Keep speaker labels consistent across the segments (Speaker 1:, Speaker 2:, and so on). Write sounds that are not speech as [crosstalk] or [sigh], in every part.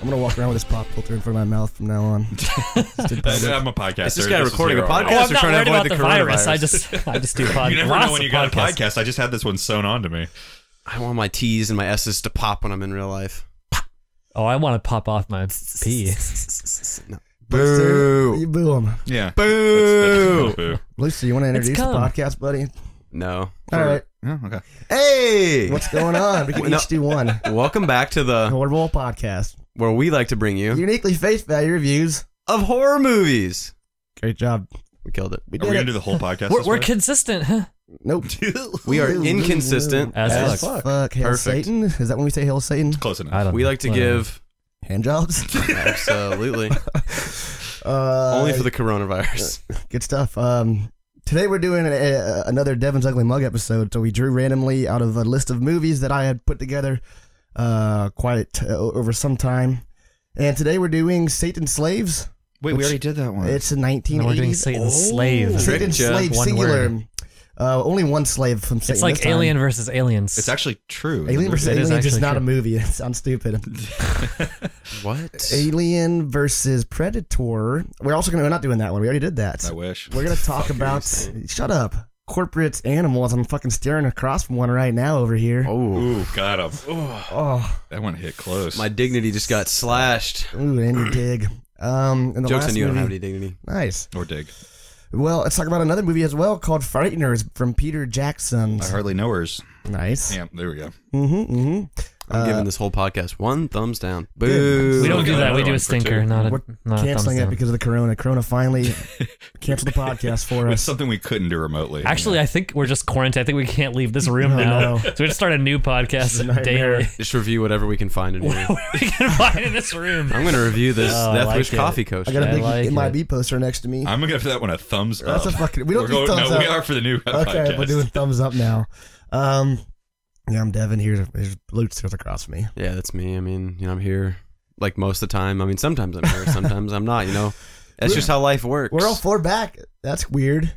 Speaker 1: I'm gonna walk around with this pop filter in front of my mouth from now on.
Speaker 2: I'm a podcaster.
Speaker 3: Is this guy recording a
Speaker 2: is-
Speaker 3: podcast?
Speaker 4: Oh,
Speaker 3: Guys
Speaker 4: I'm
Speaker 3: are trying
Speaker 4: not
Speaker 3: to avoid
Speaker 4: worried about
Speaker 3: the
Speaker 4: the, virus.
Speaker 3: coronavirus.
Speaker 4: I just, I just do
Speaker 2: [laughs]
Speaker 4: pod-
Speaker 2: You never
Speaker 4: lots
Speaker 2: know when
Speaker 4: of
Speaker 2: you got a
Speaker 4: podcasts.
Speaker 2: podcast. I just had this one sewn onto me.
Speaker 3: I want my T's and my S's to pop when I'm in real life.
Speaker 4: Oh, I want to pop off my
Speaker 2: [laughs]
Speaker 4: pee.
Speaker 3: No.
Speaker 1: You
Speaker 3: Boo!
Speaker 1: boo him.
Speaker 2: Yeah.
Speaker 3: Boo!
Speaker 2: Boo.
Speaker 1: Lucy, you want to introduce the
Speaker 4: cum.
Speaker 1: podcast, buddy?
Speaker 3: [laughs] No.
Speaker 1: All right.
Speaker 2: Oh, okay.
Speaker 3: Hey!
Speaker 1: What's going on? We can
Speaker 3: No.
Speaker 1: each do one.
Speaker 3: Welcome back to
Speaker 1: [laughs]
Speaker 3: the
Speaker 1: Horrible podcast.
Speaker 3: where we like to bring you
Speaker 1: Uniquely face value reviews.
Speaker 3: of horror movies.
Speaker 1: Great job.
Speaker 3: We killed it.
Speaker 1: We
Speaker 2: Are
Speaker 1: did
Speaker 2: we gonna
Speaker 1: it.
Speaker 2: do the
Speaker 1: [laughs]
Speaker 2: whole podcast?
Speaker 4: We're,
Speaker 2: this
Speaker 4: we're
Speaker 2: way?
Speaker 4: consistent. huh?
Speaker 1: Nope. [laughs]
Speaker 3: We are inconsistent
Speaker 4: As
Speaker 1: As
Speaker 4: fuck.
Speaker 1: fuck. Hail
Speaker 3: Perfect.
Speaker 1: Satan. Is that when we say hail Satan?
Speaker 2: close enough.
Speaker 4: I don't.
Speaker 3: We like to
Speaker 4: whatever.
Speaker 3: give
Speaker 1: Hand jobs.
Speaker 3: absolutely
Speaker 1: Uh,
Speaker 3: only for the coronavirus.
Speaker 1: good stuff. Um, today we're doing a, a, another Devin's Ugly Mug episode. So we drew randomly out of a list of movies that I had put together uh, quite uh, over some time. And today we're doing Satan's Slaves.
Speaker 2: Wait, we already did that one.
Speaker 1: It's a
Speaker 4: No, we're
Speaker 1: 1980s.
Speaker 4: doing Satan's
Speaker 1: Oh,
Speaker 4: slave.
Speaker 1: Satan's
Speaker 3: Tricked ya.
Speaker 1: slave
Speaker 4: One
Speaker 1: singular.
Speaker 4: word.
Speaker 1: Uh, only one slave from Satan.
Speaker 4: It's like
Speaker 1: this time.
Speaker 4: Alien versus Aliens.
Speaker 2: It's actually true.
Speaker 1: Alien versus
Speaker 4: It is
Speaker 1: Alien is just
Speaker 4: actually
Speaker 1: not a
Speaker 4: true.
Speaker 1: movie. [laughs] It sounds stupid.
Speaker 3: What?
Speaker 1: Alien versus Predator. We're also gonna. We're not doing that one. We already did that.
Speaker 2: I wish.
Speaker 1: We're gonna talk about. Shut up. Corporate animals. I'm fucking staring across from one right now over here. Oh,
Speaker 3: Oh,
Speaker 2: Ooh, got him. That one hit close.
Speaker 3: my dignity just got slashed.
Speaker 1: ooh, and
Speaker 2: [clears throat]
Speaker 1: you dig. Um, and the
Speaker 3: Jokes
Speaker 1: last
Speaker 3: on you. I don't
Speaker 1: movie-
Speaker 3: have any dignity.
Speaker 1: Nice.
Speaker 2: or dig.
Speaker 1: Well, let's talk about another movie as well called Frighteners from Peter Jackson.
Speaker 2: I hardly know hers.
Speaker 1: Nice.
Speaker 2: Yeah, there we go.
Speaker 1: Mm-hmm. mm-hmm.
Speaker 3: I'm giving this whole podcast one thumbs down. Boo!
Speaker 4: we don't do that.
Speaker 2: Another
Speaker 4: We do a
Speaker 2: one for
Speaker 4: stinker,
Speaker 2: two.
Speaker 4: not a
Speaker 1: We're
Speaker 4: not a thumbs
Speaker 1: canceling that
Speaker 4: down.
Speaker 1: because of the corona. Corona
Speaker 2: [laughs]
Speaker 1: finally canceled the podcast for
Speaker 2: It's
Speaker 1: us.
Speaker 2: something we couldn't do remotely.
Speaker 4: Actually, I think we're just quarantined. I think we can't leave this room
Speaker 1: No,
Speaker 4: now.
Speaker 1: no.
Speaker 4: So we just start a new podcast
Speaker 1: nightmare.
Speaker 4: daily. [laughs]
Speaker 3: Just review whatever we can find in here.
Speaker 4: we can find in this room.
Speaker 1: [laughs]
Speaker 3: I'm gonna review this
Speaker 4: Oh, I
Speaker 3: Death
Speaker 4: like
Speaker 3: Wish
Speaker 4: it.
Speaker 3: Coffee Coach.
Speaker 1: I got a
Speaker 4: I
Speaker 1: big
Speaker 4: like
Speaker 1: MIB
Speaker 4: it.
Speaker 1: poster next to me.
Speaker 2: I'm gonna give that one a thumbs
Speaker 1: That's
Speaker 2: up.
Speaker 1: a fucking. We don't do
Speaker 2: We're
Speaker 1: thumbs
Speaker 2: no,
Speaker 1: up.
Speaker 2: we are for the new
Speaker 1: okay,
Speaker 2: podcast.
Speaker 1: we're doing thumbs up now. Um, yeah, I'm Devin. Here's there's Luke stares across from me.
Speaker 3: Yeah, that's me. I mean, you know, I'm here like most of the time. I mean, sometimes I'm here, sometimes I'm not. You know, that's just how life works.
Speaker 1: We're all four back. That's weird,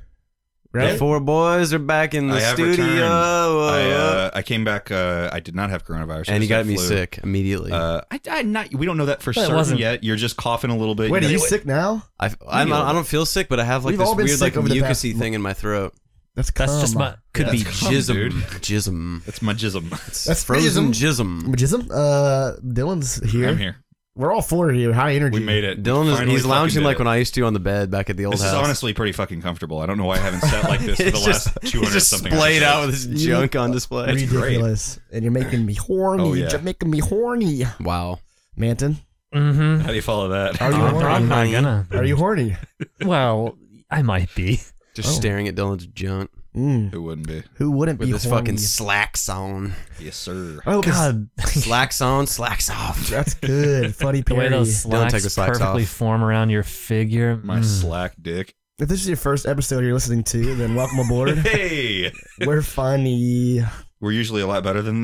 Speaker 3: the
Speaker 1: right?
Speaker 3: four boys are back in the
Speaker 2: I have
Speaker 3: studio.
Speaker 2: returned. I,
Speaker 3: Oh,
Speaker 2: uh, I came back. Uh, I did not have coronavirus. I
Speaker 3: and
Speaker 2: just
Speaker 3: he got
Speaker 2: had
Speaker 3: me
Speaker 2: flu.
Speaker 3: sick immediately.
Speaker 2: Uh, I, I not. We don't know that for
Speaker 4: Well, it
Speaker 2: certain
Speaker 4: wasn't-
Speaker 2: yet. You're just coughing a little bit.
Speaker 1: Wait, are
Speaker 2: got-
Speaker 1: you sick now?
Speaker 3: I, I'm, I don't feel sick, but I have like
Speaker 1: We've
Speaker 3: this
Speaker 1: all been
Speaker 3: weird like
Speaker 1: sick over the past
Speaker 3: mucousy thing in my throat.
Speaker 1: That's
Speaker 4: That's
Speaker 1: cum.
Speaker 4: just my.
Speaker 3: Could
Speaker 2: Yeah,
Speaker 3: be
Speaker 2: that's cum,
Speaker 3: jism. [laughs]
Speaker 2: dude.
Speaker 3: Jism.
Speaker 2: That's my jism.
Speaker 3: [laughs]
Speaker 1: That's
Speaker 3: frozen jism.
Speaker 1: Majism. Uh, Dylan's here.
Speaker 2: I'm here.
Speaker 1: We're all four here. High energy.
Speaker 2: We made it.
Speaker 3: Dylan is
Speaker 2: Finally
Speaker 3: he's
Speaker 2: fucking
Speaker 3: lounging
Speaker 2: did
Speaker 3: like
Speaker 2: it.
Speaker 3: when I used to on the bed back at the old
Speaker 2: This
Speaker 3: house.
Speaker 2: is
Speaker 3: [laughs]
Speaker 2: honestly pretty fucking comfortable. I don't know why I haven't sat like this for the
Speaker 3: It's just-
Speaker 2: last 200
Speaker 3: he's just
Speaker 2: something
Speaker 3: splayed out
Speaker 2: episodes.
Speaker 3: with his junk on display.
Speaker 2: great.
Speaker 1: ridiculous, and you're making me horny.
Speaker 2: Oh, yeah.
Speaker 1: You're making me horny.
Speaker 3: Wow.
Speaker 1: Manton,
Speaker 4: Mm-hmm.
Speaker 2: How do you follow that?
Speaker 1: are you
Speaker 3: I'm
Speaker 1: horny?
Speaker 4: I'm not
Speaker 3: Honey.
Speaker 4: gonna.
Speaker 1: Are you horny?
Speaker 4: Well, I might be.
Speaker 3: Just
Speaker 1: Oh.
Speaker 3: staring at Dylan's junk
Speaker 1: Mm,
Speaker 2: Who wouldn't be?
Speaker 1: who wouldn't
Speaker 3: with
Speaker 1: be
Speaker 3: his
Speaker 1: horny?
Speaker 3: fucking slacks
Speaker 4: [laughs]
Speaker 3: on.
Speaker 2: Yes, sir.
Speaker 1: I hope it's-
Speaker 4: God,
Speaker 3: Slacks on, slacks off.
Speaker 1: that's good. Funny
Speaker 4: the way
Speaker 1: parody.
Speaker 4: those
Speaker 3: Don't take
Speaker 4: slacks,
Speaker 3: the slacks
Speaker 4: perfectly
Speaker 3: off.
Speaker 4: form around your figure.
Speaker 2: My
Speaker 4: Mm.
Speaker 2: slack dick.
Speaker 1: If this is your first episode you're listening to, then welcome aboard.
Speaker 2: [laughs] Hey,
Speaker 1: We're funny.
Speaker 2: we're usually a lot better than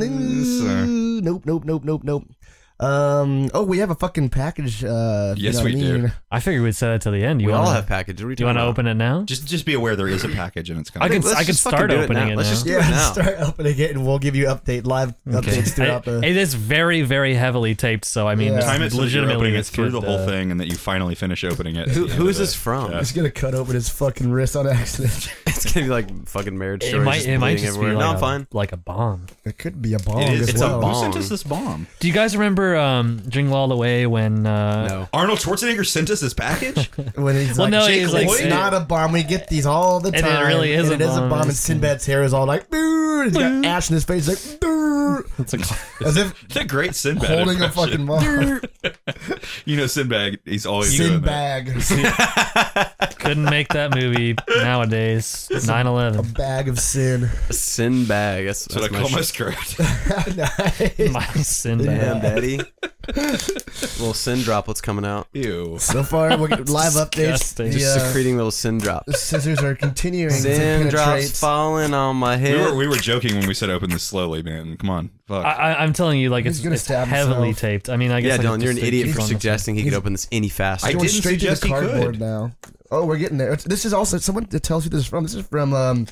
Speaker 2: this.
Speaker 3: Mm.
Speaker 2: Uh,
Speaker 1: Nope, nope, nope, nope, nope. Um. Oh, we have a fucking package. Uh, you
Speaker 2: Yes,
Speaker 1: know
Speaker 2: we
Speaker 1: what I mean?
Speaker 2: do.
Speaker 4: I figured we'd set it to the end. You
Speaker 3: we
Speaker 4: wanna,
Speaker 3: all have packages. What are we
Speaker 4: Do you want to
Speaker 3: talking
Speaker 4: open it now?
Speaker 2: just, just be aware there is a package and it's
Speaker 4: I
Speaker 2: coming.
Speaker 4: can.
Speaker 3: let's
Speaker 4: I can
Speaker 3: just fucking
Speaker 4: start
Speaker 3: do it
Speaker 4: opening
Speaker 3: now.
Speaker 4: it.
Speaker 3: Let's
Speaker 4: now.
Speaker 1: [laughs]
Speaker 3: just
Speaker 1: Yeah.
Speaker 3: now.
Speaker 1: Start opening it, and we'll give you update live updates throughout
Speaker 4: I-
Speaker 1: the.
Speaker 4: it is very, very heavily taped, so I mean,
Speaker 1: Yeah.
Speaker 2: Time it so that you're
Speaker 4: legitimately,
Speaker 2: opening it
Speaker 4: this
Speaker 2: through
Speaker 4: could,
Speaker 2: the whole
Speaker 4: uh,
Speaker 2: thing, and that you finally finish opening it. at
Speaker 3: about? Who,
Speaker 2: the end
Speaker 3: who
Speaker 2: of
Speaker 3: is this
Speaker 2: it.
Speaker 3: from?
Speaker 2: Yeah.
Speaker 1: He's gonna cut open his fucking wrist on accident.
Speaker 3: [laughs] It's gonna be like fucking marriage
Speaker 4: It
Speaker 3: story.
Speaker 4: might,
Speaker 3: just
Speaker 4: it might
Speaker 3: bleeding
Speaker 4: just be
Speaker 3: everywhere.
Speaker 4: like,
Speaker 3: no, I'm
Speaker 4: a,
Speaker 3: fine.
Speaker 4: like a bomb.
Speaker 1: it could be a bomb.
Speaker 2: It is.
Speaker 1: as
Speaker 2: It's
Speaker 1: well.
Speaker 2: a bomb. Who
Speaker 3: bomb.
Speaker 2: sent us this bomb?
Speaker 4: Do you guys remember um, Jingle All the Way when? Uh,
Speaker 3: No.
Speaker 2: Arnold Schwarzenegger sent us this package.
Speaker 1: When he's
Speaker 4: Well,
Speaker 1: like,
Speaker 4: no,
Speaker 1: Jake
Speaker 4: he's like,
Speaker 1: Lloyd,
Speaker 4: it-
Speaker 1: it's not a bomb. We get these all the
Speaker 4: it
Speaker 1: time.
Speaker 4: really is
Speaker 1: and
Speaker 4: a
Speaker 1: it is
Speaker 4: bomb.
Speaker 1: a bomb. And Sinbad's hair is all like, "Brrr," and he's got ash in his face, like, "Brrr,"
Speaker 2: [laughs]
Speaker 4: It's like,
Speaker 1: as if
Speaker 2: the great Sinbad
Speaker 1: holding a fucking
Speaker 2: impression.
Speaker 1: mom.
Speaker 2: You know Sinbad. He's always doing that.
Speaker 1: Sinbad,
Speaker 4: couldn't make
Speaker 3: [laughs]
Speaker 4: that movie nowadays.
Speaker 1: [laughs]
Speaker 4: 9/11.
Speaker 1: bag of sin.
Speaker 3: Sin bag. That's,
Speaker 2: So I
Speaker 3: that's my
Speaker 2: call my
Speaker 3: shit.
Speaker 2: script.
Speaker 1: Nice.
Speaker 4: [laughs] My
Speaker 3: Damn,
Speaker 4: Sinbad.
Speaker 3: daddy.
Speaker 4: [laughs]
Speaker 3: [laughs] little sin droplets coming out.
Speaker 2: [laughs] Ew.
Speaker 1: So far, we're
Speaker 4: [laughs]
Speaker 1: live updates.
Speaker 4: disgusting.
Speaker 1: The,
Speaker 3: Just
Speaker 1: uh,
Speaker 3: secreting little sin drops.
Speaker 1: scissors are continuing
Speaker 3: Sin
Speaker 1: to
Speaker 3: drops
Speaker 1: penetrate.
Speaker 3: falling on my
Speaker 2: We
Speaker 3: head.
Speaker 2: were, we were joking when we said open this slowly, man. Come on. Fuck.
Speaker 4: I, I, I'm telling you, like
Speaker 1: He's
Speaker 4: it's,
Speaker 1: gonna
Speaker 4: it's
Speaker 1: stab
Speaker 4: heavily
Speaker 1: himself.
Speaker 4: taped. I mean, I
Speaker 3: yeah,
Speaker 4: guess I
Speaker 3: Dylan,
Speaker 4: could
Speaker 3: you're an
Speaker 4: just
Speaker 3: idiot
Speaker 4: keep
Speaker 3: for
Speaker 4: going with it.
Speaker 3: suggesting he could open this any faster.
Speaker 2: I
Speaker 1: Going
Speaker 2: didn't
Speaker 1: straight to the
Speaker 2: suggest he could.
Speaker 1: cardboard now. Oh, we're getting there. It's- This is also someone that tells you this is from. This is from um,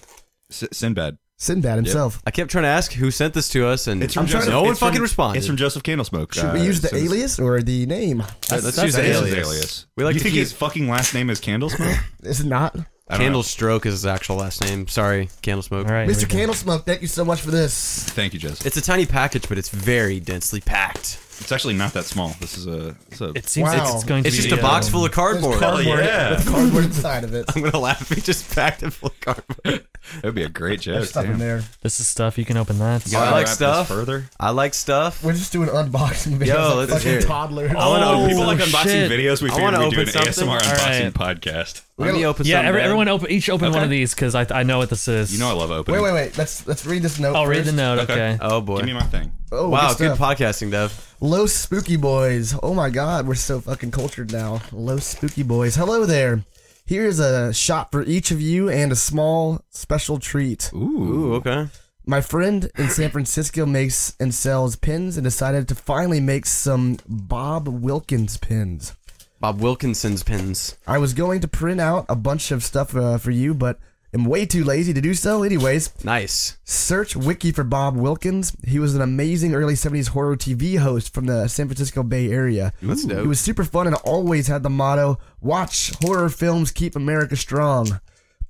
Speaker 2: S- Sinbad.
Speaker 1: Sinbad himself.
Speaker 3: I kept trying to ask who sent this to us, and
Speaker 2: It's from
Speaker 3: I'm
Speaker 2: Joseph,
Speaker 3: trying, no one
Speaker 2: it's from-
Speaker 3: fucking responded.
Speaker 2: It's from Joseph Candlesmoke.
Speaker 1: Should we
Speaker 2: Uh,
Speaker 1: use the
Speaker 2: so it's-
Speaker 1: alias or the name?
Speaker 3: Let's
Speaker 4: That's-
Speaker 3: use
Speaker 4: that's
Speaker 3: the
Speaker 2: That is his
Speaker 3: alias.
Speaker 2: alias.
Speaker 3: We like
Speaker 2: you
Speaker 3: to
Speaker 2: think
Speaker 3: keep-
Speaker 2: his fucking last name is [laughs] Candlesmoke?
Speaker 1: Is it not?
Speaker 2: I don't know.
Speaker 3: Candle Stroke is his actual last name. Sorry, Candlesmoke.
Speaker 4: All right, here
Speaker 1: Mr.
Speaker 4: we go.
Speaker 1: Candlesmoke, thank you so much for this.
Speaker 2: Thank you, Joseph.
Speaker 3: It's a tiny package, but it's very densely packed.
Speaker 2: It's actually not that small. This is a. It's a
Speaker 4: It seems
Speaker 1: Wow.
Speaker 4: it's going to
Speaker 3: It's
Speaker 4: be
Speaker 3: just a box
Speaker 4: um,
Speaker 3: full of cardboard.
Speaker 1: There's cardboard,
Speaker 2: yeah.
Speaker 1: with cardboard inside of it.
Speaker 3: [laughs] I'm gonna laugh if he just packed it full of cardboard.
Speaker 2: that would be a great joke.
Speaker 1: There's stuff in
Speaker 2: Oh, damn.
Speaker 1: there.
Speaker 4: This is stuff you can open that.
Speaker 3: I
Speaker 2: Wanna
Speaker 3: like
Speaker 2: wrap this
Speaker 3: stuff.
Speaker 2: Further.
Speaker 3: I like stuff.
Speaker 1: We're just doing unboxing videos.
Speaker 3: Yo,
Speaker 1: like
Speaker 3: let's
Speaker 1: fucking
Speaker 3: hear it.
Speaker 1: toddlers.
Speaker 2: I want to
Speaker 4: Oh,
Speaker 2: open people like unboxing
Speaker 4: shit.
Speaker 2: videos. We
Speaker 3: I
Speaker 2: figured
Speaker 3: wanna
Speaker 2: we'd do an
Speaker 3: open something.
Speaker 2: ASMR unboxing
Speaker 4: Alright.
Speaker 2: podcast.
Speaker 3: Let me open
Speaker 4: Yeah,
Speaker 3: something.
Speaker 4: every,
Speaker 3: man.
Speaker 4: everyone open each open one
Speaker 2: Okay.
Speaker 4: of these because I, I know what this is.
Speaker 2: You know I love opening.
Speaker 1: Wait, wait, wait. Let's let's read this note.
Speaker 4: I'll read
Speaker 1: first.
Speaker 4: the note.
Speaker 2: Okay.
Speaker 4: Okay.
Speaker 3: Oh boy.
Speaker 2: Give me my thing.
Speaker 1: Oh,
Speaker 3: wow,
Speaker 1: good
Speaker 3: good
Speaker 1: stuff.
Speaker 3: podcasting, Dev.
Speaker 1: Low Spooky Boys. Oh my god, we're so fucking cultured now. Low Spooky Boys. Hello there. Here is a shot for each of you and a small special treat.
Speaker 3: Ooh, okay.
Speaker 1: My friend in San Francisco makes and sells pins and decided to finally make some Bob Wilkins pins.
Speaker 3: Bob Wilkinson's pins.
Speaker 1: I was going to print out a bunch of stuff uh, for you, but am way too lazy to do so. Anyways,
Speaker 3: Nice.
Speaker 1: Search Wiki for Bob Wilkins. He was an amazing early 70s horror TV host from the San Francisco Bay Area.
Speaker 3: That's
Speaker 1: He
Speaker 3: dope.
Speaker 1: was super fun and always had the motto watch horror films, keep America strong.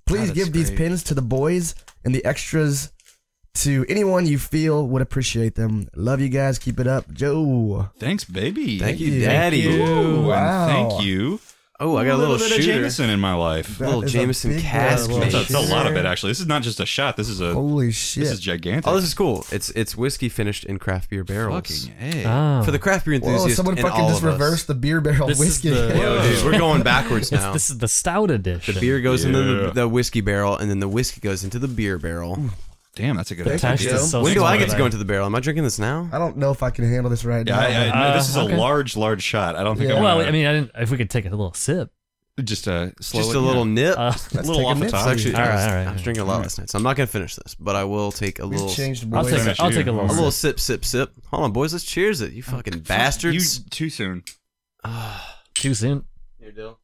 Speaker 1: Please
Speaker 3: that's
Speaker 1: give these
Speaker 3: great.
Speaker 1: pins to the boys and the extras to anyone you feel would appreciate them. Love you guys. Keep it up. Joe.
Speaker 2: Thanks, baby.
Speaker 3: Thank you, Daddy.
Speaker 2: Thank you. and
Speaker 1: wow.
Speaker 2: Thank you.
Speaker 3: Oh, I got a little,
Speaker 2: bit of
Speaker 3: shooter.
Speaker 2: Jameson in my life.
Speaker 1: That
Speaker 3: Little
Speaker 1: is a
Speaker 3: Jameson
Speaker 1: big, uh,
Speaker 3: cask,
Speaker 1: little
Speaker 3: man.
Speaker 2: It's a, it's a lot of
Speaker 1: shooter.
Speaker 2: it, actually. This is not just a shot. This is a.
Speaker 1: Holy shit.
Speaker 2: this is gigantic.
Speaker 3: Oh, this is cool. It's it's whiskey finished in craft beer barrels.
Speaker 2: fucking hey.
Speaker 4: Oh.
Speaker 3: For the craft beer
Speaker 1: Whoa,
Speaker 3: enthusiast,
Speaker 1: someone
Speaker 3: and
Speaker 1: fucking
Speaker 3: all
Speaker 1: just
Speaker 3: of us.
Speaker 1: reversed the beer barrel
Speaker 4: This is
Speaker 1: whiskey.
Speaker 4: the-
Speaker 3: Yo, dude, we're going backwards
Speaker 4: It's-
Speaker 3: now.
Speaker 4: this is the stout edition.
Speaker 3: the beer goes into the,
Speaker 2: Yeah.
Speaker 3: the whiskey barrel, and then the whiskey goes into the beer barrel.
Speaker 2: Damn, that's a good
Speaker 1: Thank
Speaker 2: idea.
Speaker 1: you, Joe.
Speaker 4: is so
Speaker 3: When do I get to
Speaker 4: similar.
Speaker 3: go into the barrel? Am I drinking this now?
Speaker 1: I don't know if I can handle this right
Speaker 2: Yeah,
Speaker 1: now.
Speaker 2: I, I, no, this is
Speaker 4: Uh,
Speaker 2: a
Speaker 4: okay.
Speaker 2: large, large shot. I don't think.
Speaker 1: Yeah.
Speaker 2: I'm
Speaker 4: Well,
Speaker 2: gonna-
Speaker 4: I mean, I didn't. If we could take a little sip.
Speaker 2: just uh, a slowly,
Speaker 3: Just a little nip.
Speaker 4: Uh,
Speaker 2: a little
Speaker 1: take a
Speaker 2: off the
Speaker 1: nip.
Speaker 2: top.
Speaker 3: It's actually,
Speaker 4: All
Speaker 3: I,
Speaker 4: right,
Speaker 3: was,
Speaker 4: all right.
Speaker 3: I was drinking a lot last night, so I'm not gonna finish this, but I will take a
Speaker 1: We've
Speaker 3: little,
Speaker 1: changed
Speaker 4: I'll
Speaker 1: boys.
Speaker 4: take. A, I'll take a
Speaker 2: Finish
Speaker 4: little.
Speaker 3: a
Speaker 2: you.
Speaker 4: sip.
Speaker 3: little sip, sip, sip. Hold on, boys, let's cheers it. You
Speaker 4: Oh,
Speaker 3: fucking
Speaker 2: you
Speaker 3: bastards.
Speaker 2: too soon.
Speaker 3: Ah,
Speaker 4: Too soon.
Speaker 3: Here, Dill.